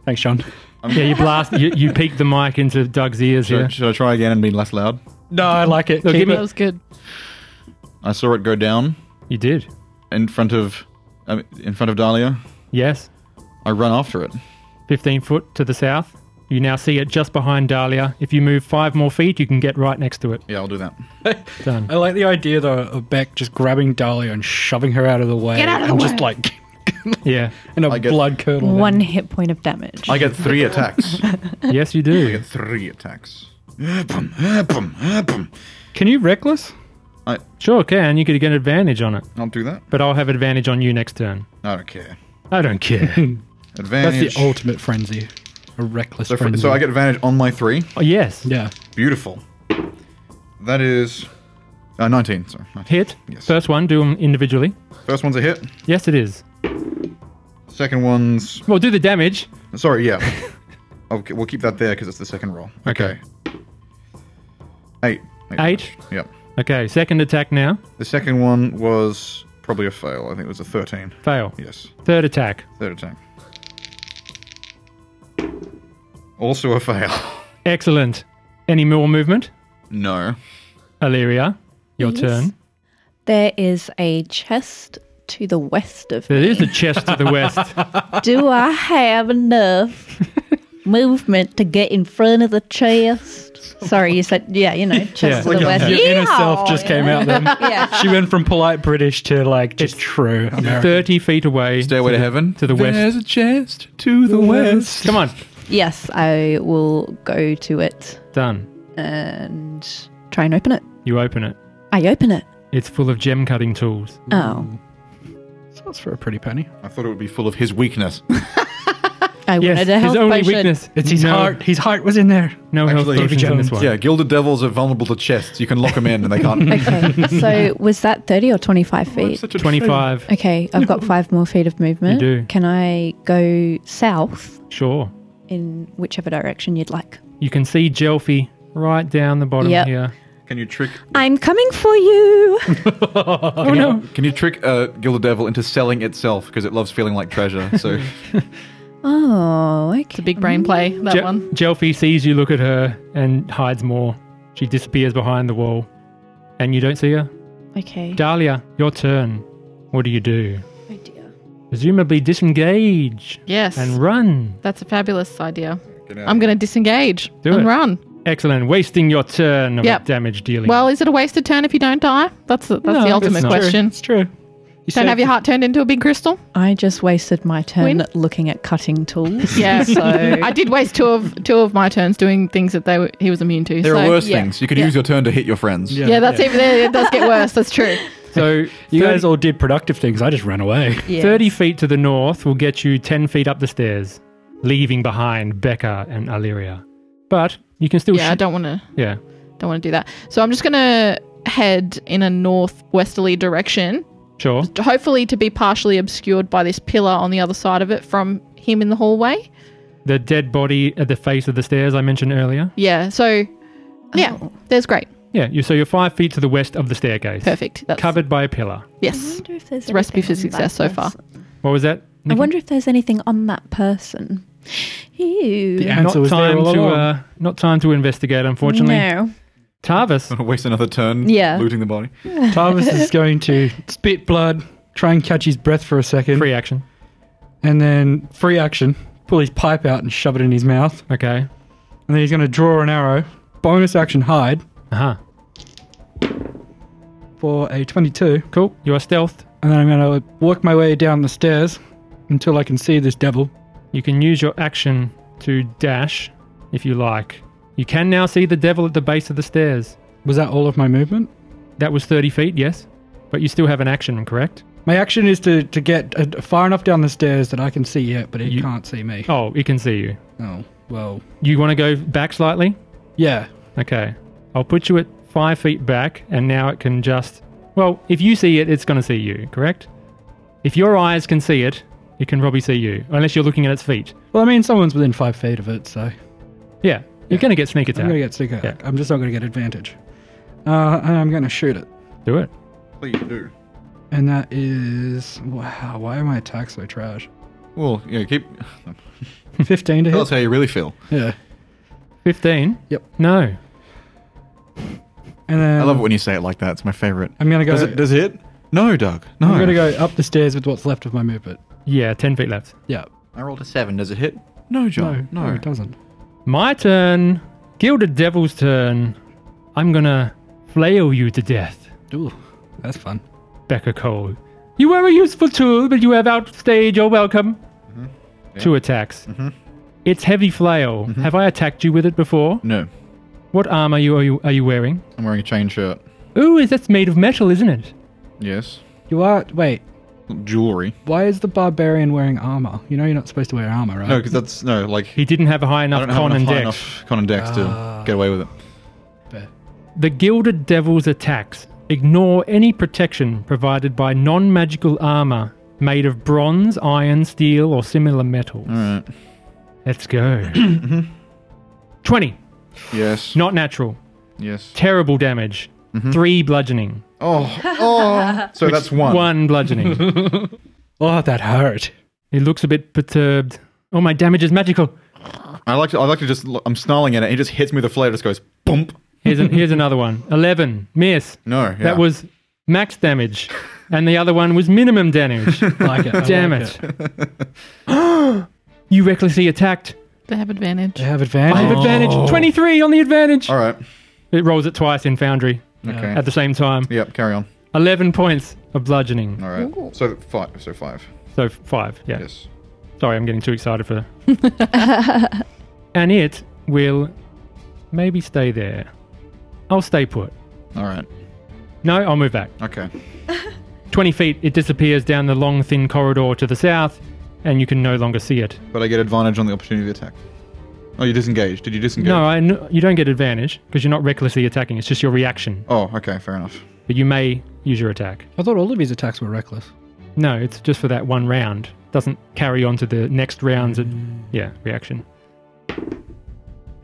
C: Thanks, Sean.
B: Yeah, you blast, you, you peek the mic into Doug's ears
F: Should, I-
B: here.
F: should I try again and be less loud?
C: No, I like it.
B: Look,
C: Keep
B: give me-
E: That was good.
F: I saw it go down
B: You did.
F: in front of I mean, in front of Dahlia.
B: Yes.
F: I run after it.
B: 15 foot to the south. You now see it just behind Dahlia. If you move five more feet, you can get right next to it.
F: Yeah, I'll do that.
B: Done.
C: I like the idea though of Beck just grabbing Dahlia and shoving her out of the way.
E: Get out of the
C: and
E: way.
C: just like
B: Yeah.
C: in a
F: I get-
C: blood curdle.
D: One hit point of damage.
F: I get three attacks.
B: Yes, you do.
F: three attacks.
A: Boom, boom, boom.
C: Can you reckless?
B: Sure can. You could get advantage on it.
F: I'll do that.
B: But I'll have advantage on you next turn.
F: I don't care.
B: I don't care.
C: That's
F: Advantage.
C: the ultimate frenzy. A reckless
F: so, fr-
C: frenzy.
F: so I get advantage on my three.
B: oh, yes.
C: Yeah.
F: Beautiful. That is uh, 19. Sorry. 19.
B: Hit.
F: Yes.
B: First one, do them individually.
F: First one's a hit.
B: Yes, it is.
F: Second one's
B: Well, do the damage.
F: Sorry, yeah. okay, we'll keep that there because it's the second roll.
B: Okay.
F: Eight.
B: Eight.
F: Yep.
B: Okay, second attack now.
F: The second one was probably a fail. I think it was a 13.
B: Fail.
F: Yes.
B: Third attack.
F: Third attack. Also a fail.
B: Excellent. Any more movement?
F: No.
B: Illyria, your
D: Yes.
B: turn.
D: There is a chest to the west of
B: There
D: me.
B: is a chest to the west.
D: Do I have enough movement to get in front of the chest? Sorry, you said yeah, you know, chest to the west.
C: Your inner self
D: Yeehaw!
C: just came out then.
D: Yeah.
C: She went from polite British to like just true American.
B: 30 feet away.
F: Stairway to, heaven.
B: to the west.
F: There's a chest to the west.
B: Come on.
D: Yes, I will go to it
B: Done.
D: and try and open it.
B: You open it.
D: I open it.
B: It's full of gem cutting tools.
D: Oh,
C: That's for a pretty penny.
F: I thought it would be full of his weakness.
D: I wanted a health
B: his only
D: potion.
B: weakness.
C: It's his
B: no,
C: heart. His heart was in there.
B: No
F: Actually,
B: health potions on this
C: gems.
B: one.
F: yeah, gilded devils are vulnerable to chests. You can lock them in and they can't.
D: Okay, so was that 30 or 25
F: Oh, it's
D: feet?
F: such a shame.
B: Twenty-five.
D: Okay, I've got five more feet of movement.
B: You do.
D: Can I go south
B: Sure.
D: in whichever direction you'd like?
B: You can see Jelfie right down the bottom
D: Yep.
B: here.
F: Can you trick?
D: I'm coming for you.
B: Oh no!
F: Can you trick a gilded devil into selling itself because it loves feeling like treasure? So
D: Oh, okay.
E: It's a big brain play, that one.
B: Jelfie sees you look at her and hides more. She disappears behind the wall, and you don't see her.
D: Okay.
B: Dahlia, your turn. What do you do?
D: Oh dear.
B: Presumably disengage
E: Yes.
B: and run.
E: That's a fabulous idea. I'm going to disengage
B: Do
E: and
B: it.
E: run.
B: Excellent. Wasting your turn of
E: Yep.
B: damage dealing.
E: Well, is it a wasted turn if you don't die? That's the, that's the ultimate
B: not.
E: question.
C: It's true. You
E: Don't have your heart turned into a big crystal?
D: I just wasted my turn
E: Win.
D: looking at cutting tools.
E: Yeah.
D: so
E: I did waste two of two of my turns doing things that they were, he was immune to.
F: there
E: so,
F: are worse
E: yeah.
F: things. You could
E: yeah.
F: use your turn to hit your friends.
C: Yeah.
E: Yeah, that's even it. It does get worse. That's true.
B: so
C: You guys
B: 30
C: all did productive things. I just ran away.
D: yeah.
B: 30 feet to the north will get you 10 feet up the stairs, leaving behind Becca and Illyria. But you can still
E: Yeah, I
B: shoot.
E: don't want to.
B: Yeah.
E: Don't want to do that. So I'm just gonna head in a northwesterly direction,
B: Sure.
E: hopefully to be partially obscured by this pillar on the other side of it from him in the hallway.
B: The dead body at the face of the stairs I mentioned earlier.
E: Yeah. So yeah,
D: Oh.
E: there's great.
B: Yeah. You, so you're five feet to the west of the staircase.
E: Perfect. That's
B: Covered by a pillar.
D: I
E: Yes.
D: wonder if there's
E: It's a recipe
D: anything
E: for
D: on
E: success so
D: that
E: far.
D: person.
B: What was that?
D: I
B: Nikki?
D: wonder if there's anything on that person. Ew.
C: The
B: Not
C: answer was there
B: time
C: all
B: to
C: along.
B: uh, not time to investigate. Unfortunately,
D: No.
B: Tarvis.
F: Don't waste another turn
D: Yeah.
F: looting the body.
C: Tarvis is going to spit blood, try and catch his breath for a second,
B: Free action.
C: and then free action, pull his pipe out and shove it in his mouth,
B: Okay.
C: and then he's going to draw an arrow. Bonus action hide
B: Uh huh.
C: for a 22,
B: Cool. You are stealthed.
C: and then I'm going to work my way down the stairs until I can see this devil.
B: You can use your action to dash if you like. You can now see the devil at the base of the stairs.
C: Was that all of my movement?
B: That was 30 feet, yes. But you still have an action, correct?
C: My action is to, to get uh, far enough down the stairs that I can see it, but it
B: You-
C: can't see me.
B: Oh, it can see you.
C: Oh, well.
B: You want to go back slightly?
C: Yeah.
B: Okay. I'll put you at five feet back, and now it can just. Well, if you see it, it's going to see you, correct? If your eyes can see it, it can probably see you, unless you're looking at its feet.
C: Well, I mean, someone's within five feet of it, so
B: Yeah, you're going to get sneak
C: I'm
B: attack.
C: going to get sneak attack. I'm just not going to get advantage. Uh, and I'm going to shoot it.
B: Do it.
F: Please do.
C: And that is. Wow, why are my attacks so trash?
F: Well, yeah, keep.
C: 15 to
F: Tell us
C: hit?
F: how you really feel.
C: Yeah.
B: 15?
C: Yep.
B: No.
C: And then.
F: I love it when you say it like that. It's my favorite.
C: I'm going to go.
F: Does it? Does it? hit? No, Doug. No.
C: I'm going to go up the stairs with what's left of my movement.
B: Yeah, 10 feet left.
C: Yeah.
F: I rolled a seven. Does it hit? No, John.
C: no, it doesn't.
B: My turn. Gilded Devil's turn. I'm going to flail you to death,
C: Ooh, that's fun.
B: Becca Cole. You are a useful tool, but you have outstayed your welcome.
F: Mm-hmm.
B: Two attacks. It's heavy flail. Have I attacked you with it before?
F: No.
B: What armor you are you are you wearing?
F: I'm wearing a chain shirt.
B: Ooh, is that's made of metal, isn't it?
F: Yes.
C: You are. Wait,
F: Jewelry.
C: why is the barbarian wearing armor? You know you're not supposed to wear armor, right?
F: No, because that's no like.
B: He didn't have a high
F: I
B: enough
F: don't have
B: con
F: enough
B: and
F: high
B: dex.
F: enough con and dex
C: Ah.
F: to get away with it.
C: Fair.
B: The Gilded Devil's attacks ignore any protection provided by non magical armor made of bronze, iron, steel, or similar metals.
F: All right. Mm-hmm.
B: Let's go. 20.
F: Yes.
B: Not natural.
F: Yes.
B: Terrible damage.
F: Mm-hmm.
B: Three bludgeoning.
F: Oh. Oh. So that's one.
B: One bludgeoning.
C: Oh, that hurt.
B: he looks a bit perturbed. Oh, my damage is magical.
F: I like to. I like to just. look- I'm snarling at it. He just hits me with a flare. Just goes bump.
B: Here's, an, here's another one 11. Miss.
F: No. yeah.
B: That was max damage. And the other one was minimum damage.
C: Like it. I
B: Damn
C: like
B: it. you recklessly attacked.
E: They have advantage.
C: They have
B: I have
C: advantage.
B: advantage. 23 on the advantage.
F: Oh. All right.
B: It rolls it twice in Foundry
F: Okay.
B: at the same time.
F: Yep. Carry on.
B: 11 points of bludgeoning.
F: All right. So five. So five.
B: So f- five. Yeah.
F: Yes.
B: Sorry, I'm getting too excited for. and it will maybe stay there. I'll stay put.
F: All right.
B: No, I'll move back.
F: Okay.
B: 20 feet, it disappears down the long, thin corridor to the south, and you can no longer see it.
F: But I get advantage on the opportunity of attack. Oh, you disengaged. Did you disengage?
B: No, I kn- you don't get advantage because you're not recklessly attacking. It's just your reaction.
F: Oh, okay, fair enough.
B: But you may use your attack.
C: I thought all of his attacks were reckless.
B: No, it's just for that one round. Doesn't carry on to the next rounds. Of, yeah, reaction.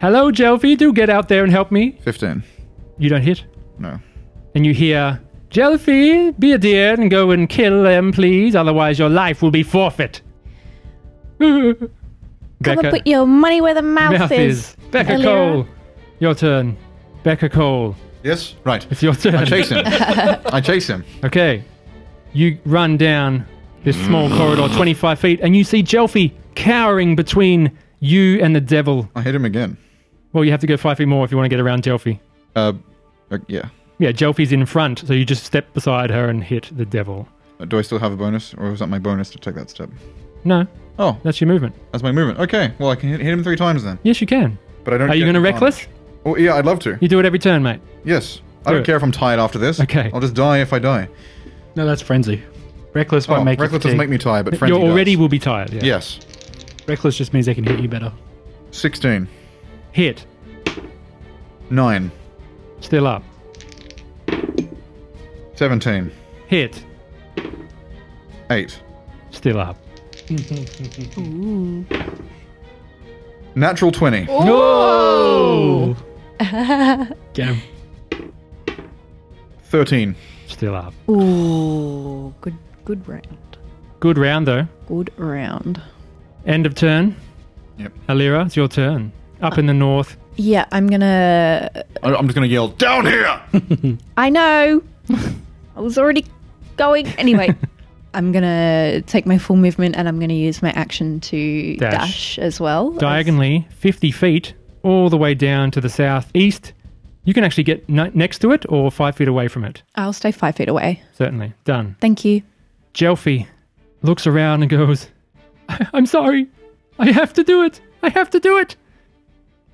B: Hello, Jelfie. Do get out there and help me.
F: 15.
B: You don't hit.
F: No.
B: and you hear, Jelfie, be a dear and go and kill them, please, otherwise your life will be forfeit. Come
D: Come and put your money where the mouth,
B: mouth is. Becca
D: Alira.
B: Cole, your turn. Becca Cole,
F: Yes? Right.
B: it's your
F: I
B: turn.
F: chase him. I chase him.
B: Okay. You run down this small corridor, 25 feet, and you see Jelfie cowering between you and the devil.
F: I hit him again.
B: Well, you have to go five feet more if you want to get around Jelfie.
F: Uh, uh, yeah.
B: Yeah, Jelfie's in front, so you just step beside her and hit the devil.
F: Uh, Do I still have a bonus, or was that my bonus to take that step?
B: No,
F: Oh,
B: that's your movement.
F: that's my movement. Okay, well I can hit, hit him three times then.
B: Yes, you can.
F: But I don't.
B: Are you
F: get
B: going to
F: advantage.
B: reckless?
F: Oh, yeah, I'd love to.
B: You do it every turn, mate.
F: Yes. I
B: Do
F: don't
B: it.
F: care if I'm tired after this.
B: Okay.
F: I'll just die if I die.
C: No, that's frenzy. Reckless
F: Oh,
C: won't make
F: reckless
C: you
F: doesn't make me tired, but frenzy
B: You already
F: does.
B: will be tired. Yeah.
F: Yes.
C: Reckless just means they can hit you better.
F: 16.
B: Hit.
F: 9.
B: Still up.
F: 17.
B: Hit.
F: 8.
B: Still up.
F: Natural 20.
B: Oh. No.
C: Get him.
F: 13.
B: Still up.
D: Ooh, good, good round.
B: Good round though.
D: Good round.
B: End of turn.
F: Yep.
B: Alira, it's your turn. Up in the north.
D: Yeah, I'm gonna.
F: I- I'm just going to yell, down here!
D: I know. I was already going. Anyway, I'm gonna take my full movement and I'm gonna use my action to
B: Dash.
D: dash, as well.
B: Diagonally, 50 feet, all the way down to the southeast. You can actually get n- next to it or five feet away from it.
D: I'll stay five feet away.
B: Certainly. Done.
D: Thank you.
B: Jelfie looks around and goes, I'm sorry. I have to do it. I have to do it.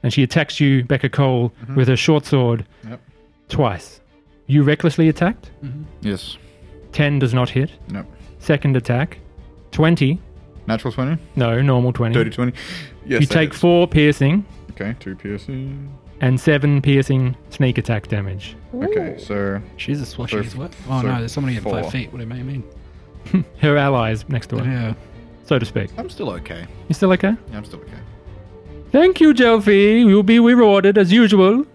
B: And she attacks you, Becca Cole, with her short sword
F: Yep.
B: twice. You recklessly attacked.
F: yes.
B: 10 does not hit.
F: No.
B: Second attack. 20.
F: Natural 20?
B: No, normal 20.
F: Dirty 20? Yes.
B: you
F: that
B: take
F: is.
B: four piercing
F: Okay, 2 piercing.
B: and seven piercing sneak attack damage.
F: Okay, so.
C: She's a slushy
F: So-
C: as well. Oh
F: so
C: no, there's somebody at
F: four.
C: five feet. What do you mean?
B: Her allies next door,
C: Yeah.
B: so to speak.
F: I'm still okay.
B: You still okay?
F: Yeah, I'm still okay.
B: Thank you, Jelfie. You'll be rewarded as usual.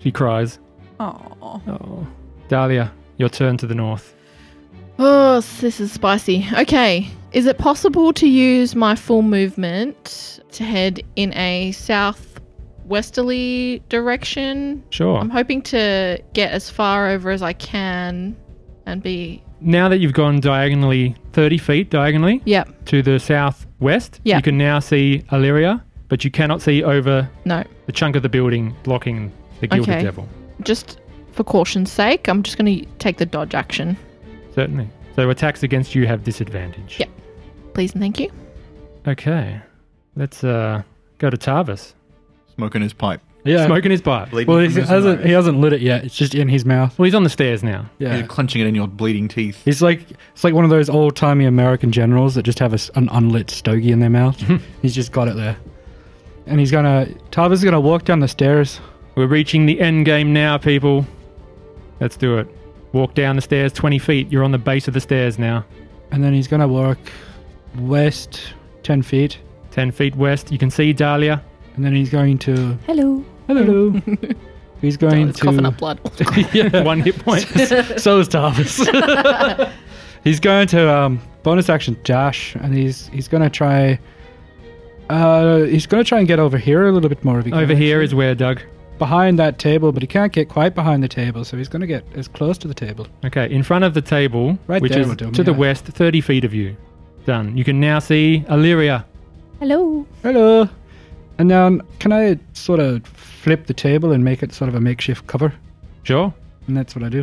B: She cries.
D: Oh,
B: Oh. Dahlia, your turn to the north.
E: Oh, s- this is spicy. Okay. Is it possible to use my full movement to head in a southwesterly direction?
B: Sure.
E: I'm hoping to get as far over as I can and be.
B: Now that you've gone diagonally 30 feet diagonally
E: Yep.
B: to the southwest,
E: Yeah.
B: you can now see Illyria, but you cannot see over
E: No.
B: the chunk of the building blocking the Gilded
E: Okay.
B: Devil.
E: Just for caution's sake, I'm just going to take the dodge action.
B: Certainly. So attacks against you have disadvantage.
E: Yep. Please and thank you.
B: Okay. Let's uh, go to Tarvis.
F: Smoking his pipe.
C: Yeah.
B: Smoking his pipe. Well,
C: Well, he hasn't. He hasn't lit it yet. It's just in his mouth.
B: he's on the stairs now.
C: Yeah.
F: clenching it in your bleeding teeth.
C: He's like it's like one of those old timey American generals that just have a s an unlit stogie in their mouth. he's just got it there, and he's gonna. Tarvis is gonna walk down the stairs.
B: We're reaching the end game now, people. Let's do it. Walk down the stairs 20 feet. You're on the base of the stairs now.
C: And then he's gonna walk west 10 feet.
B: 10 feet west. You can see Dahlia.
C: And then he's going to.
D: hello.
C: Hello. he's going
E: It's coughing
C: to.
E: up blood.
B: One hit point.
C: so is Tarvis. he's going to um, bonus action dash, and he's he's going to try. Uh, he's going to try and get over here a little bit more. If he can,
B: Over here is
C: actually.
B: where, Doug?
C: behind that table, but he can't get quite behind the table, so he's going to get as close to the table.
B: Okay, in front of the table,
C: Right
B: which
C: there
B: is
C: we'll do 'em,
B: to the
C: yeah.
B: west, 30 feet of you. Done. You can now see Illyria.
D: Hello.
C: Hello. And then can I sort of flip the table and make it sort of a makeshift cover?
B: Sure.
C: And that's what I do.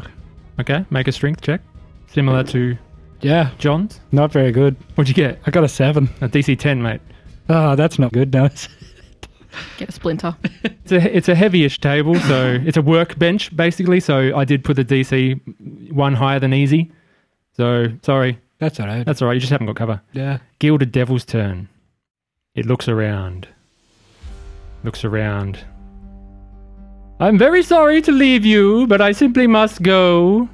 B: Okay, make a strength check. Similar to
C: Yeah,
B: John's.
C: not very good.
B: What'd you get?
C: I got a seven.
B: A DC 10, mate.
C: Ah, that's not good. Now it's
E: Get a splinter.
B: It's a, it's a heavyish table, so it's a workbench, basically. So I did put the DC one higher than easy. So sorry,
C: That's all right.
B: that's all right. You just haven't got cover.
C: yeah.
B: Gilded Devil's turn. It looks around. Looks around. I'm very sorry to leave you, but I simply must go.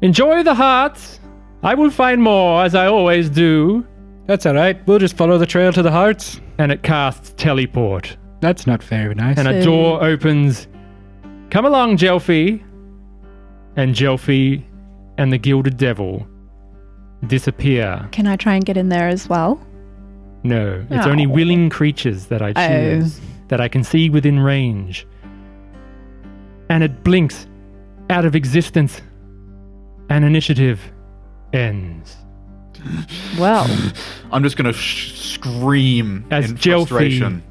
B: Enjoy the hearts. I will find more, as I always do.
C: That's all right. We'll just follow the trail to the hearts.
B: And it casts teleport.
C: That's not very nice.
B: And a
D: So-
B: door opens. Come along, Jelfie. And Jelfie and the Gilded Devil disappear.
D: Can I try and get in there as well?
B: No, it's only
D: Oh.
B: willing creatures that I
D: Oh.
B: choose that I can see within range. And it blinks out of existence. And initiative ends.
D: Well,
A: I'm just going to sh- scream
B: As
A: in
B: Jelfie-
A: frustration.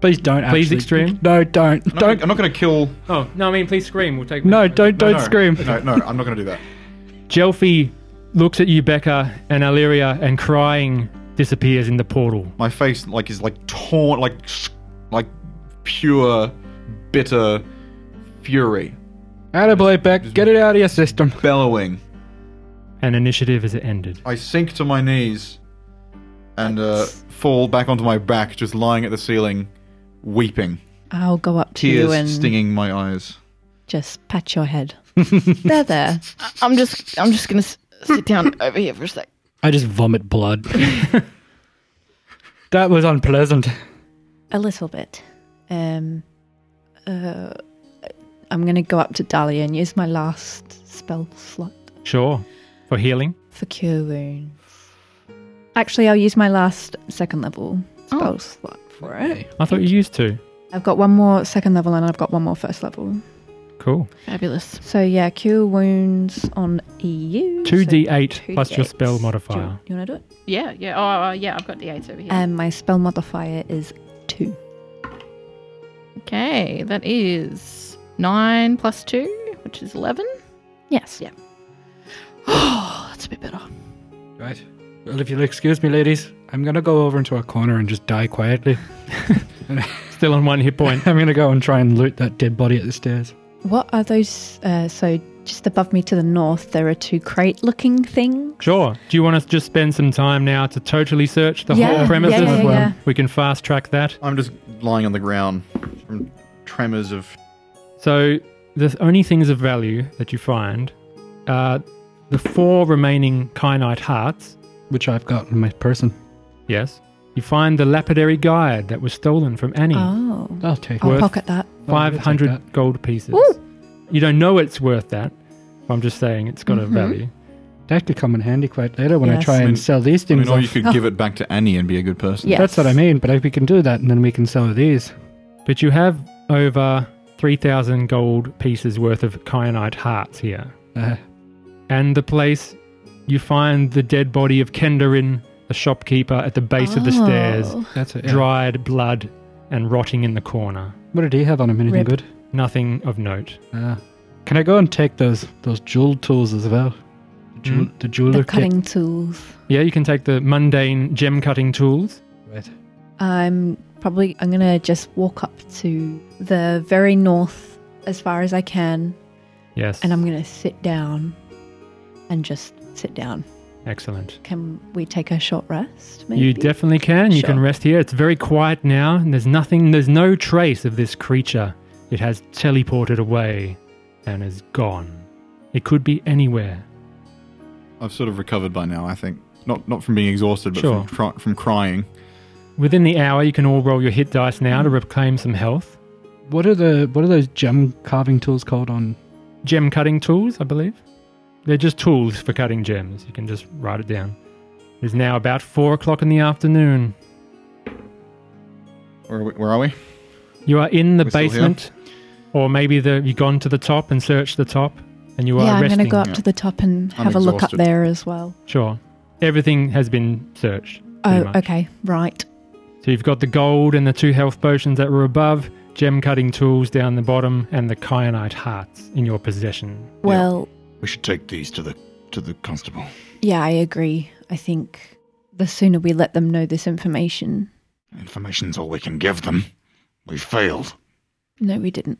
C: Please don't.
B: Please
C: actually-
B: extreme.
C: No, don't.
F: I'm not gonna-
C: Don't.
F: I'm not going to kill.
B: Oh, no, I mean, please scream. We'll take
C: No, don't. Don't
A: no,
C: scream.
A: No, no, I'm not going to do that.
B: Jelfie looks at you, Becca, and Illyria, and crying disappears in the portal.
F: My face like is like torn, like sh- like pure bitter fury,
C: Attaboy, Beck. Get it out of your system.
F: bellowing.
B: And initiative is ended.
F: I sink to my knees and uh, fall back onto my back, just lying at the ceiling, weeping,
D: I'll go up to
F: tears
D: you and
F: stinging my eyes.
D: just pat your head. there, there.
E: I'm just I'm just gonna s- sit down over here for a sec.
C: I just vomit blood. that was unpleasant.
D: A little bit. Um, uh, I'm going to go up to Dahlia and use my last spell slot
B: Sure. For healing.
D: for Cure Wounds. Actually, I'll use my last second level spell
E: Oh.
D: slot for it.
B: I thought you used to.
D: I've got one more second level and I've got one more first level.
B: Cool.
E: Fabulous.
D: So, yeah, Cure Wounds on EU. so
B: 2d8 plus your
D: 2d8.
B: spell
D: Do you-
B: modifier.
D: you want to do it?
E: Yeah, yeah. Oh, uh, yeah. I've got the eights over here.
D: And my spell modifier is 2.
E: okay, that is nine plus two, which is eleven.
D: Yes.
E: Yeah. Oh, that's a bit better.
C: Right. Well, if you'll excuse me, ladies, I'm gonna go over into a corner and just die quietly.
B: Still on one hit point.
C: I'm gonna go and try and loot that dead body at the stairs.
D: What are those? Uh, so, just above me to the north, there are two crate looking things.
B: Sure. Do you want us to just spend some time now to totally search the
D: Yeah,
B: whole
D: yeah,
B: premises?
D: yeah,
C: yeah, yeah.
B: We can fast track that.
F: I'm just lying on the ground from tremors of.
B: So the only things of value that you find are the four remaining kyanite hearts.
C: Which I've got in my person.
B: Yes. You find the lapidary guide that was stolen from Annie.
D: Oh.
C: I'll take
D: I'll
B: Hmm. Worth-
D: pocket that.
C: Oh, I'll take
B: 500
C: that.
B: gold pieces.
D: Ooh.
B: You don't know it's worth that. I'm just saying it's got
D: Mm-hmm.
B: a value.
C: That could come in handy quite later when I
D: Yes.
C: try
F: I mean-
C: and sell these
F: I
C: things.
F: mean, or
C: off.
F: you could give it back to Annie and be a good person.
D: Yeah.
C: That's what I mean. But if we can do that, and then we can sell these.
B: But you have over 3,000 gold pieces worth of kyanite hearts here.
C: Uh,
B: and the place you find the dead body of Kenderin, the shopkeeper, at the base of the stairs,
D: Oh.
C: that's it. yeah.
B: dried blood and rotting in the corner.
C: What did he have on him? Anything
D: Rib.
C: good?
B: Nothing of note.
C: Uh, can I go and take those those jewel tools as well? The, jewel,
B: Mm.
C: the jeweler
D: The
C: kit.
D: cutting tools.
B: Yeah, you can take the mundane gem cutting tools.
C: Right.
D: I'm probably I'm gonna just walk up to the very north as far as I can,
B: Yes.
D: and I'm gonna sit down and just sit down.
B: Excellent.
D: Can we take a short rest? Maybe?
B: You definitely can. You can
D: Sure.
B: rest here. It's very quiet now, and there's nothing, there's no trace of this creature. It has teleported away and is gone. It could be anywhere.
F: I've sort of recovered by now, I think. Not not from being exhausted, but
B: Sure.
F: from, cry- from crying.
B: Within the hour, you can all roll your hit dice now
D: Mm.
B: to reclaim some health.
C: What are the what are those gem carving tools called on?
B: gem cutting tools, I believe. They're just tools for cutting gems. You can just write it down. It's now about four o'clock in the afternoon.
F: Where are we? Where are we?
B: You are in the
F: We're still here?
B: basement, or maybe the, you've gone to the top and searched the top, and you are
D: yeah, I'm
B: resting.
D: gonna go up
F: yeah.
D: to the top and
F: I'm
D: have a look up
F: exhausted.
D: there as well.
B: Sure, everything has been searched. pretty
D: Oh,
B: much.
D: okay, right.
B: So you've got the gold and the two health potions that were above, gem cutting tools down the bottom, and the kyanite hearts in your possession.
D: Well,
A: We should take these to the to the constable.
D: yeah, I agree. I think the sooner we let them know this information.
A: Information's all we can give them. We failed.
D: No, we didn't.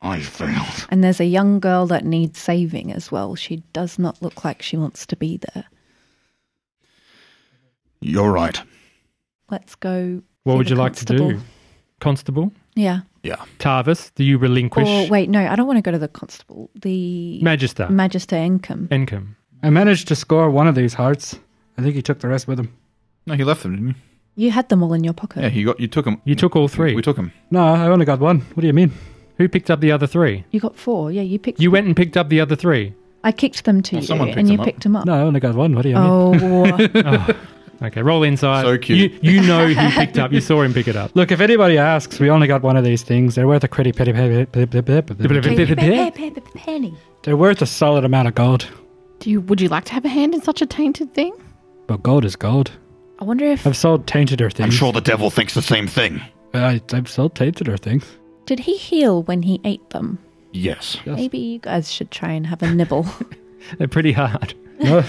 A: I failed.
D: And there's a young girl that needs saving as well. She does not look like she wants to be there.
A: You're right.
D: Let's go.
B: What
D: see
B: would
D: the
B: you like to do?
D: constable.
B: Constable?
D: Yeah.
B: Tarvis, do you relinquish
D: Or wait, no, I don't want to go to the constable. The
B: Magister?
D: Magister Income.
B: Encom.
C: I managed to score one of these hearts. I think he took the rest with him.
F: No, he left them, didn't he?
D: You had them all in your pocket.
F: Yeah, he got. You took them.
B: You took all three.
F: We took them.
C: No, I only got one. What do you mean?
B: Who picked up the other three?
D: You got four. Yeah, you picked.
B: You went and picked up the other three.
D: I kicked them to
F: Well,
D: you,
F: someone picked
D: and you
F: them up.
D: picked them up.
C: No, I only got one. What do you mean?
D: Oh,
B: Oh, okay, roll inside.
F: So cute.
B: You, you know who picked up. You saw him pick it up.
C: Look, if anybody asks, we only got one of these things. They're worth a pretty penny. penny, penny, penny, penny, penny.
D: penny.
C: They're worth a solid amount of gold.
E: Do you? Would you like to have a hand in such a tainted thing?
C: But gold is gold.
D: I wonder if
C: I've sold tainteder things. Uh,
A: I'm sure the devil thinks the same thing.
C: I, I've sold tainteder things.
D: did he heal when he ate them?
A: Yes.
C: Yes.
D: Maybe you guys should try and have a nibble.
B: They're pretty hard.
C: No,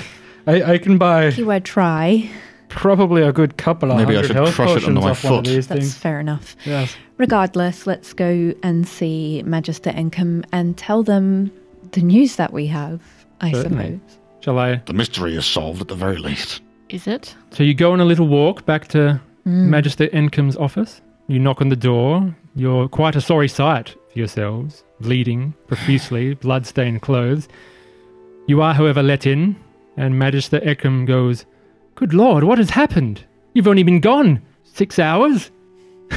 C: I, I can buy
D: Keyword try.
C: probably a good couple of
F: Maybe I
C: hundred
F: should
C: health
F: crush it
C: potions
F: under my
C: off one of
F: foot.
C: these
D: That's
C: things.
D: fair enough.
C: Yes.
D: Regardless, let's go and see Magister Income and tell them the news that we have. I
B: Certainly.
D: suppose.
B: Shall I?
A: The mystery is solved at the very least.
E: Is it?
B: So you go on a little walk back to
D: Mm.
B: Magister Encom's office. You knock on the door. You're quite a sorry sight for yourselves, bleeding profusely, blood-stained clothes. You are, however, let in, and Magister Encom goes, "Good Lord, what has happened? You've only been gone six hours.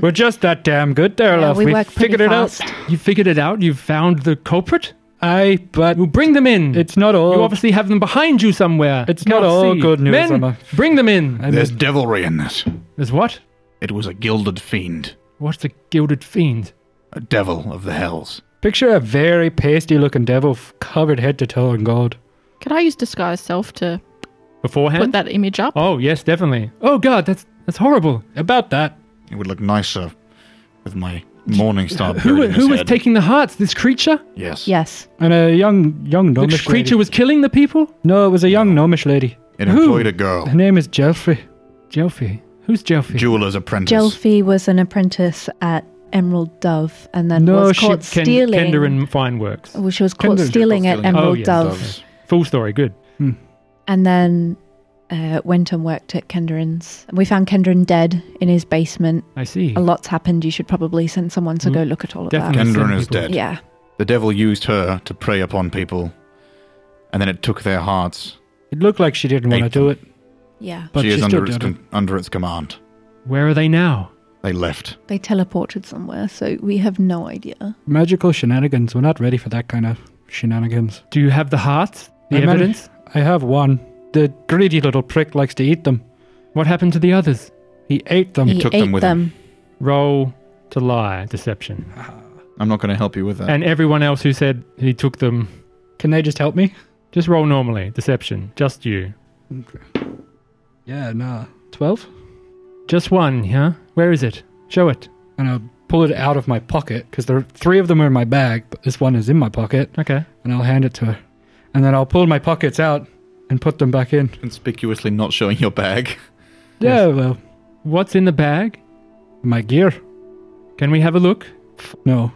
C: We're just that damn good there,
D: Yeah,
C: love.
D: we work pretty
C: figured it
D: fast.
C: out.
B: You figured it out. You've found the culprit.
C: Aye, but
B: Well, bring them in.
C: it's not all.
B: you obviously have them behind you somewhere.
C: It's
B: Can't
C: not all
B: see.
C: good news,
B: Men,
C: Emma.
B: bring them in.
C: I
A: There's
C: mean,
A: devilry in this.
B: There's what?
A: It was a gilded fiend,
B: What's a gilded fiend?
A: a devil of the hells.
C: picture a very pasty-looking devil f- covered head to toe in gold.
E: Could I use disguise self to put
B: Beforehand?
E: that image up?
B: oh yes, definitely. Oh god, that's that's horrible.
C: About that,
A: It would look nicer with my morning star.
B: Who, wa- who was taking the hearts? This creature?
A: Yes.
D: Yes.
C: and a young, young
B: The
C: gnomish
B: creature
C: lady.
B: was killing the people?
C: No, it was a young gnomish lady.
A: It
B: Who?
A: employed a girl,
C: Her name is Gelfrey.
B: Jelfie. Who's Jelfie?
A: jeweler's apprentice.
D: Jelfie was an apprentice at Emerald Dove and then
C: No,
D: was
C: she-
D: caught
B: Ken-
D: stealing. Oh.
B: Kender and Fine Works.
D: well, she was caught
C: Kendra-
D: stealing at
F: Stealing.
D: Emerald
B: Oh, yeah,
D: Dove
F: Doves.
B: Full story, good.
D: and then uh, went and worked at Kendrin's. We found Kendrin dead in his basement.
B: I see.
D: A lot's happened. You should probably send someone to
B: Mm,
D: go look at all of
B: Definitely.
F: Kendron
B: send
F: is
B: people.
F: dead.
D: that. Yeah.
F: The devil used her to prey upon people, and then it took their hearts.
C: It looked like she didn't want to
F: Ate
C: do it,
D: Yeah.
C: but
F: she
C: she,
F: is
C: still
F: under its
C: did it.
F: con- under its command.
B: Where are they now?
F: They left.
D: They teleported somewhere, so we have no idea.
C: Magical shenanigans. We're not ready for that kind of shenanigans.
B: Do you have the hearts? The
C: I managed-
B: evidence?
C: I have one. The greedy little prick likes to eat them.
B: What happened to the others?
C: He ate them.
D: He
F: took
D: ate
F: them with him.
B: Roll to lie, deception.
F: Uh. I'm not going to help you with that.
B: And everyone else who said he took them,
C: Can they just help me?
B: just roll normally. Deception. Just you.
C: Yeah, nah. Twelve?
B: Just one, huh? Where is it? Show it.
C: And I'll pull it out of my pocket because there are three of them are in my bag, but this one is in my pocket,
B: Okay.
C: and I'll hand it to her. And then I'll pull my pockets out and put them back in.
F: Conspicuously not showing your bag.
C: Yeah, well,
B: What's in the bag?
C: my gear.
B: Can we have a look?
C: No.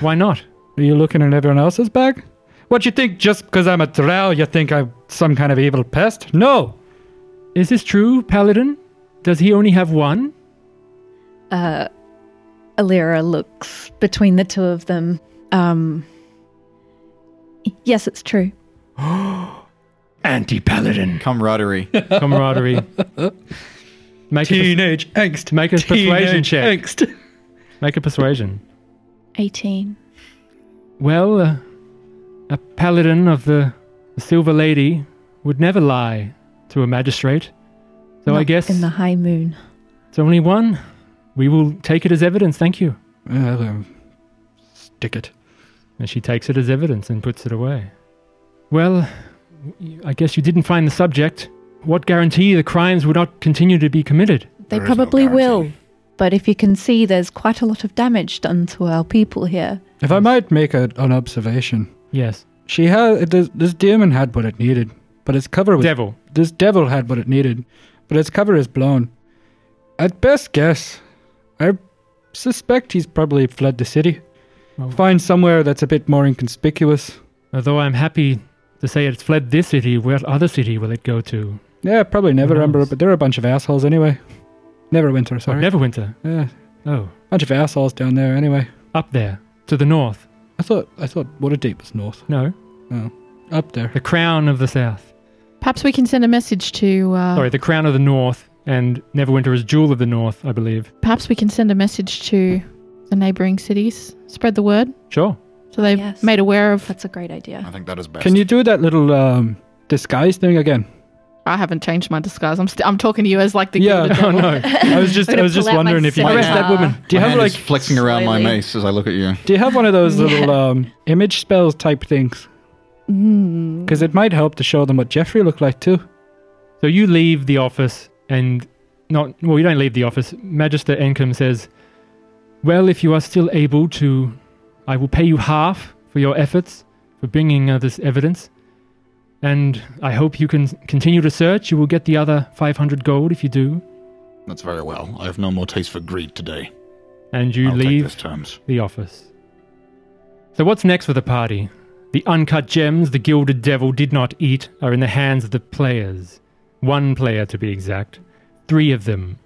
B: Why not?
C: Are you looking in everyone else's bag? What you think? Just because I'm a drow, you think I'm some kind of evil pest? No.
B: Is this true, Paladin? Does he only have one?
D: Uh, Alira looks between the two of them. Um, yes, it's true.
B: Anti Paladin.
F: Camaraderie.
B: Camaraderie. Make a, pers-
C: Teenage angst.
B: Make a persuasion
C: Teenage
B: check.
C: Angst.
B: make a persuasion.
D: 18.
B: Well, uh, a paladin of the Silver Lady would never lie to a magistrate. So I
D: Not
B: guess
D: In the high moon.
B: it's only one. We will take it as evidence, thank you.
C: Uh, um, stick it.
B: And she takes it as evidence and puts it away. Well, y- I guess you didn't find the subject. What guarantee the crimes will not continue to be committed?
D: They
A: There is no
D: probably will.
A: guarantee.
D: But if you can see, there's quite a lot of damage done to our people here.
C: If I might make a, an observation,
B: Yes.
C: she had this, this demon had what it needed, but its cover was
B: Devil.
C: this devil had what it needed, but its cover is blown. At best guess, I suspect he's probably fled the city.
B: Oh.
C: Find somewhere that's a bit more inconspicuous.
B: Although I'm happy to say it's fled this city, where other city will it go to?
C: Yeah, probably never
B: Who
C: remember,
B: knows?
C: but they're a bunch of assholes anyway. Neverwinter,
B: Or
C: sorry.
B: Neverwinter.
C: yeah,
B: Oh,
C: bunch of assholes down there anyway.
B: up there to the north.
C: I thought I thought Waterdeep was north.
B: No,
C: Up there.
B: the crown of the south.
E: Perhaps we can send a message to.
D: Ah.
E: Uh,
B: Sorry, the crown of the north, and Neverwinter is jewel of the north, I believe.
E: Perhaps we can send a message to the neighboring cities. Spread the word
B: Sure.
E: so they're
D: Yes.
E: made aware of.
D: That's a great idea.
A: I think that is best.
C: Can you do that little um, disguise thing again?
E: I haven't changed my disguise. I'm st- I'm talking to you as like the
C: Yeah,
E: gilded
C: no,
E: devil.
B: Oh, no.
C: I was just
D: I'm
C: I
D: gonna
C: was just
D: pull out my
C: wondering if you
D: scimitar.
C: arrest that woman. Do you
F: my
C: have
F: hand
C: like
F: is flexing around my
D: slowly.
F: mace as I look at you.
C: do you have one of those
D: Yeah.
C: little um, image spells type things?
E: Mm.
C: Because it might help to show them what Jeffrey looked like too.
B: So you leave the office and not well, you don't leave the office. Magister Encombe says, "Well, if you are still able to, I will pay you half for your efforts for bringing uh, this evidence, and I hope you can continue to search. You will get the other five hundred gold if you do."
A: That's very well. I have no more taste for greed today.
B: And you
A: I'll take
B: leave
A: this terms.
B: the office. So what's next for the party? The uncut gems the Gilded Devil did not eat are in the hands of the players. One player, to be exact. Three of them.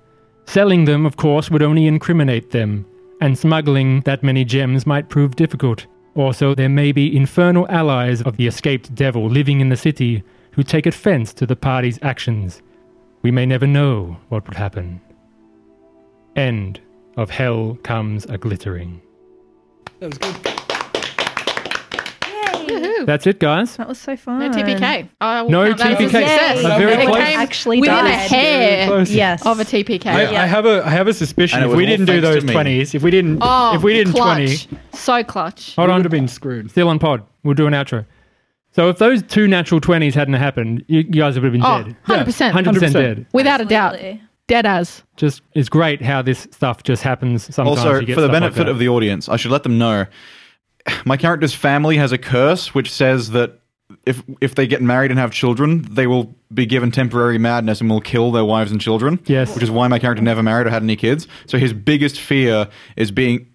B: Selling them, of course, would only incriminate them, and smuggling that many gems might prove difficult. Also, there may be infernal allies of the escaped devil living in the city who take offense to the party's actions. We may never know what would happen. End of Hell Comes a Glittering.
C: That was good.
E: Woohoo.
B: That's it, guys.
D: That was so fun.
E: No TPK. I will
B: No
E: count that as a
B: TPK.
E: success.
B: I'm very
E: It
B: close.
E: came
D: Actually
E: within a
D: died.
E: hair
C: Close.
D: Yes.
E: of a TPK.
F: Yeah.
C: I have a I have a suspicion
F: And it
C: if
F: was
C: we
F: all
C: didn't do
F: thanks to
C: those
F: me.
C: twenties, if we didn't
E: Oh,
C: if we didn't twenty,
E: clutch. so clutch.
B: Hold
C: we
B: on.
C: would have been screwed.
B: Still on pod. We'll do an outro. So if those two natural 20s hadn't happened, you, you guys would have been
E: Oh,
B: dead.
E: 100%.
B: 100%,
C: 100%.
B: dead.
E: Without a doubt. Dead as.
B: Just It's great how this stuff just happens sometimes.
F: Also,
B: you get
F: for the
B: stuff
F: benefit
B: like
F: of the audience, I should let them know my character's family has a curse which says that if if they get married and have children, they will be given temporary madness and will kill their wives and children.
B: Yes.
F: which is why my character never married or had any kids. So his biggest fear is being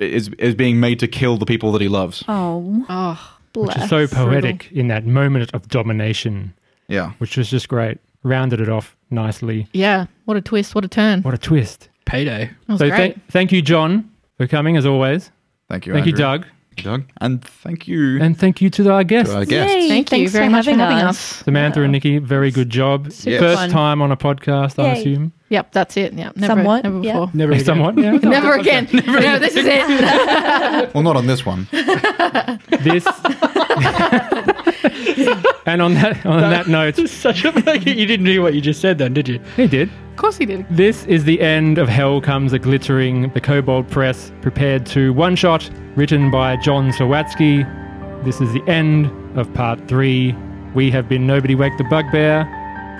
F: is is being made to kill the people that he loves.
D: Oh,
E: Oh,
B: which
D: bless.
B: is so poetic in that moment of domination,
F: Yeah,
B: which was just great. Rounded it off nicely.
E: yeah. What a twist. What a turn.
B: What a twist.
C: Payday.
E: That was
B: so
E: great.
B: thank thank you, John, for coming as always.
F: thank you.
B: Thank you,
F: Andrew.
B: Doug.
F: Doug, and thank you
B: And thank you to our guests,
F: to our guests.
D: Yay.
E: Thank you
D: Thanks
E: very
D: for
E: much
D: having
E: for having
D: us.
E: us.
B: Samantha and Nikki. Very good job.
D: Super
B: First
D: fun.
B: time on a podcast, I
D: Yay.
B: assume.
E: Yep, that's it. Yep, never,
D: Somewhat,
E: never
D: yeah.
E: before.
C: Never again.
B: Somewhat, yeah.
E: Never again. no, this is it.
F: Well, not on this one.
B: this and on that on that note
C: Such a like, you didn't hear what you just said then, did you?
B: he did
E: of course he did.
B: this is the end of hell comes a glittering the kobold press prepared to one shot written by john sawatsky this is the end of part three we have been nobody wake the bugbear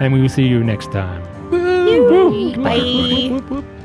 B: and we will see you next time
D: Bye.
F: Bye, everybody.
C: Whoop, whoop.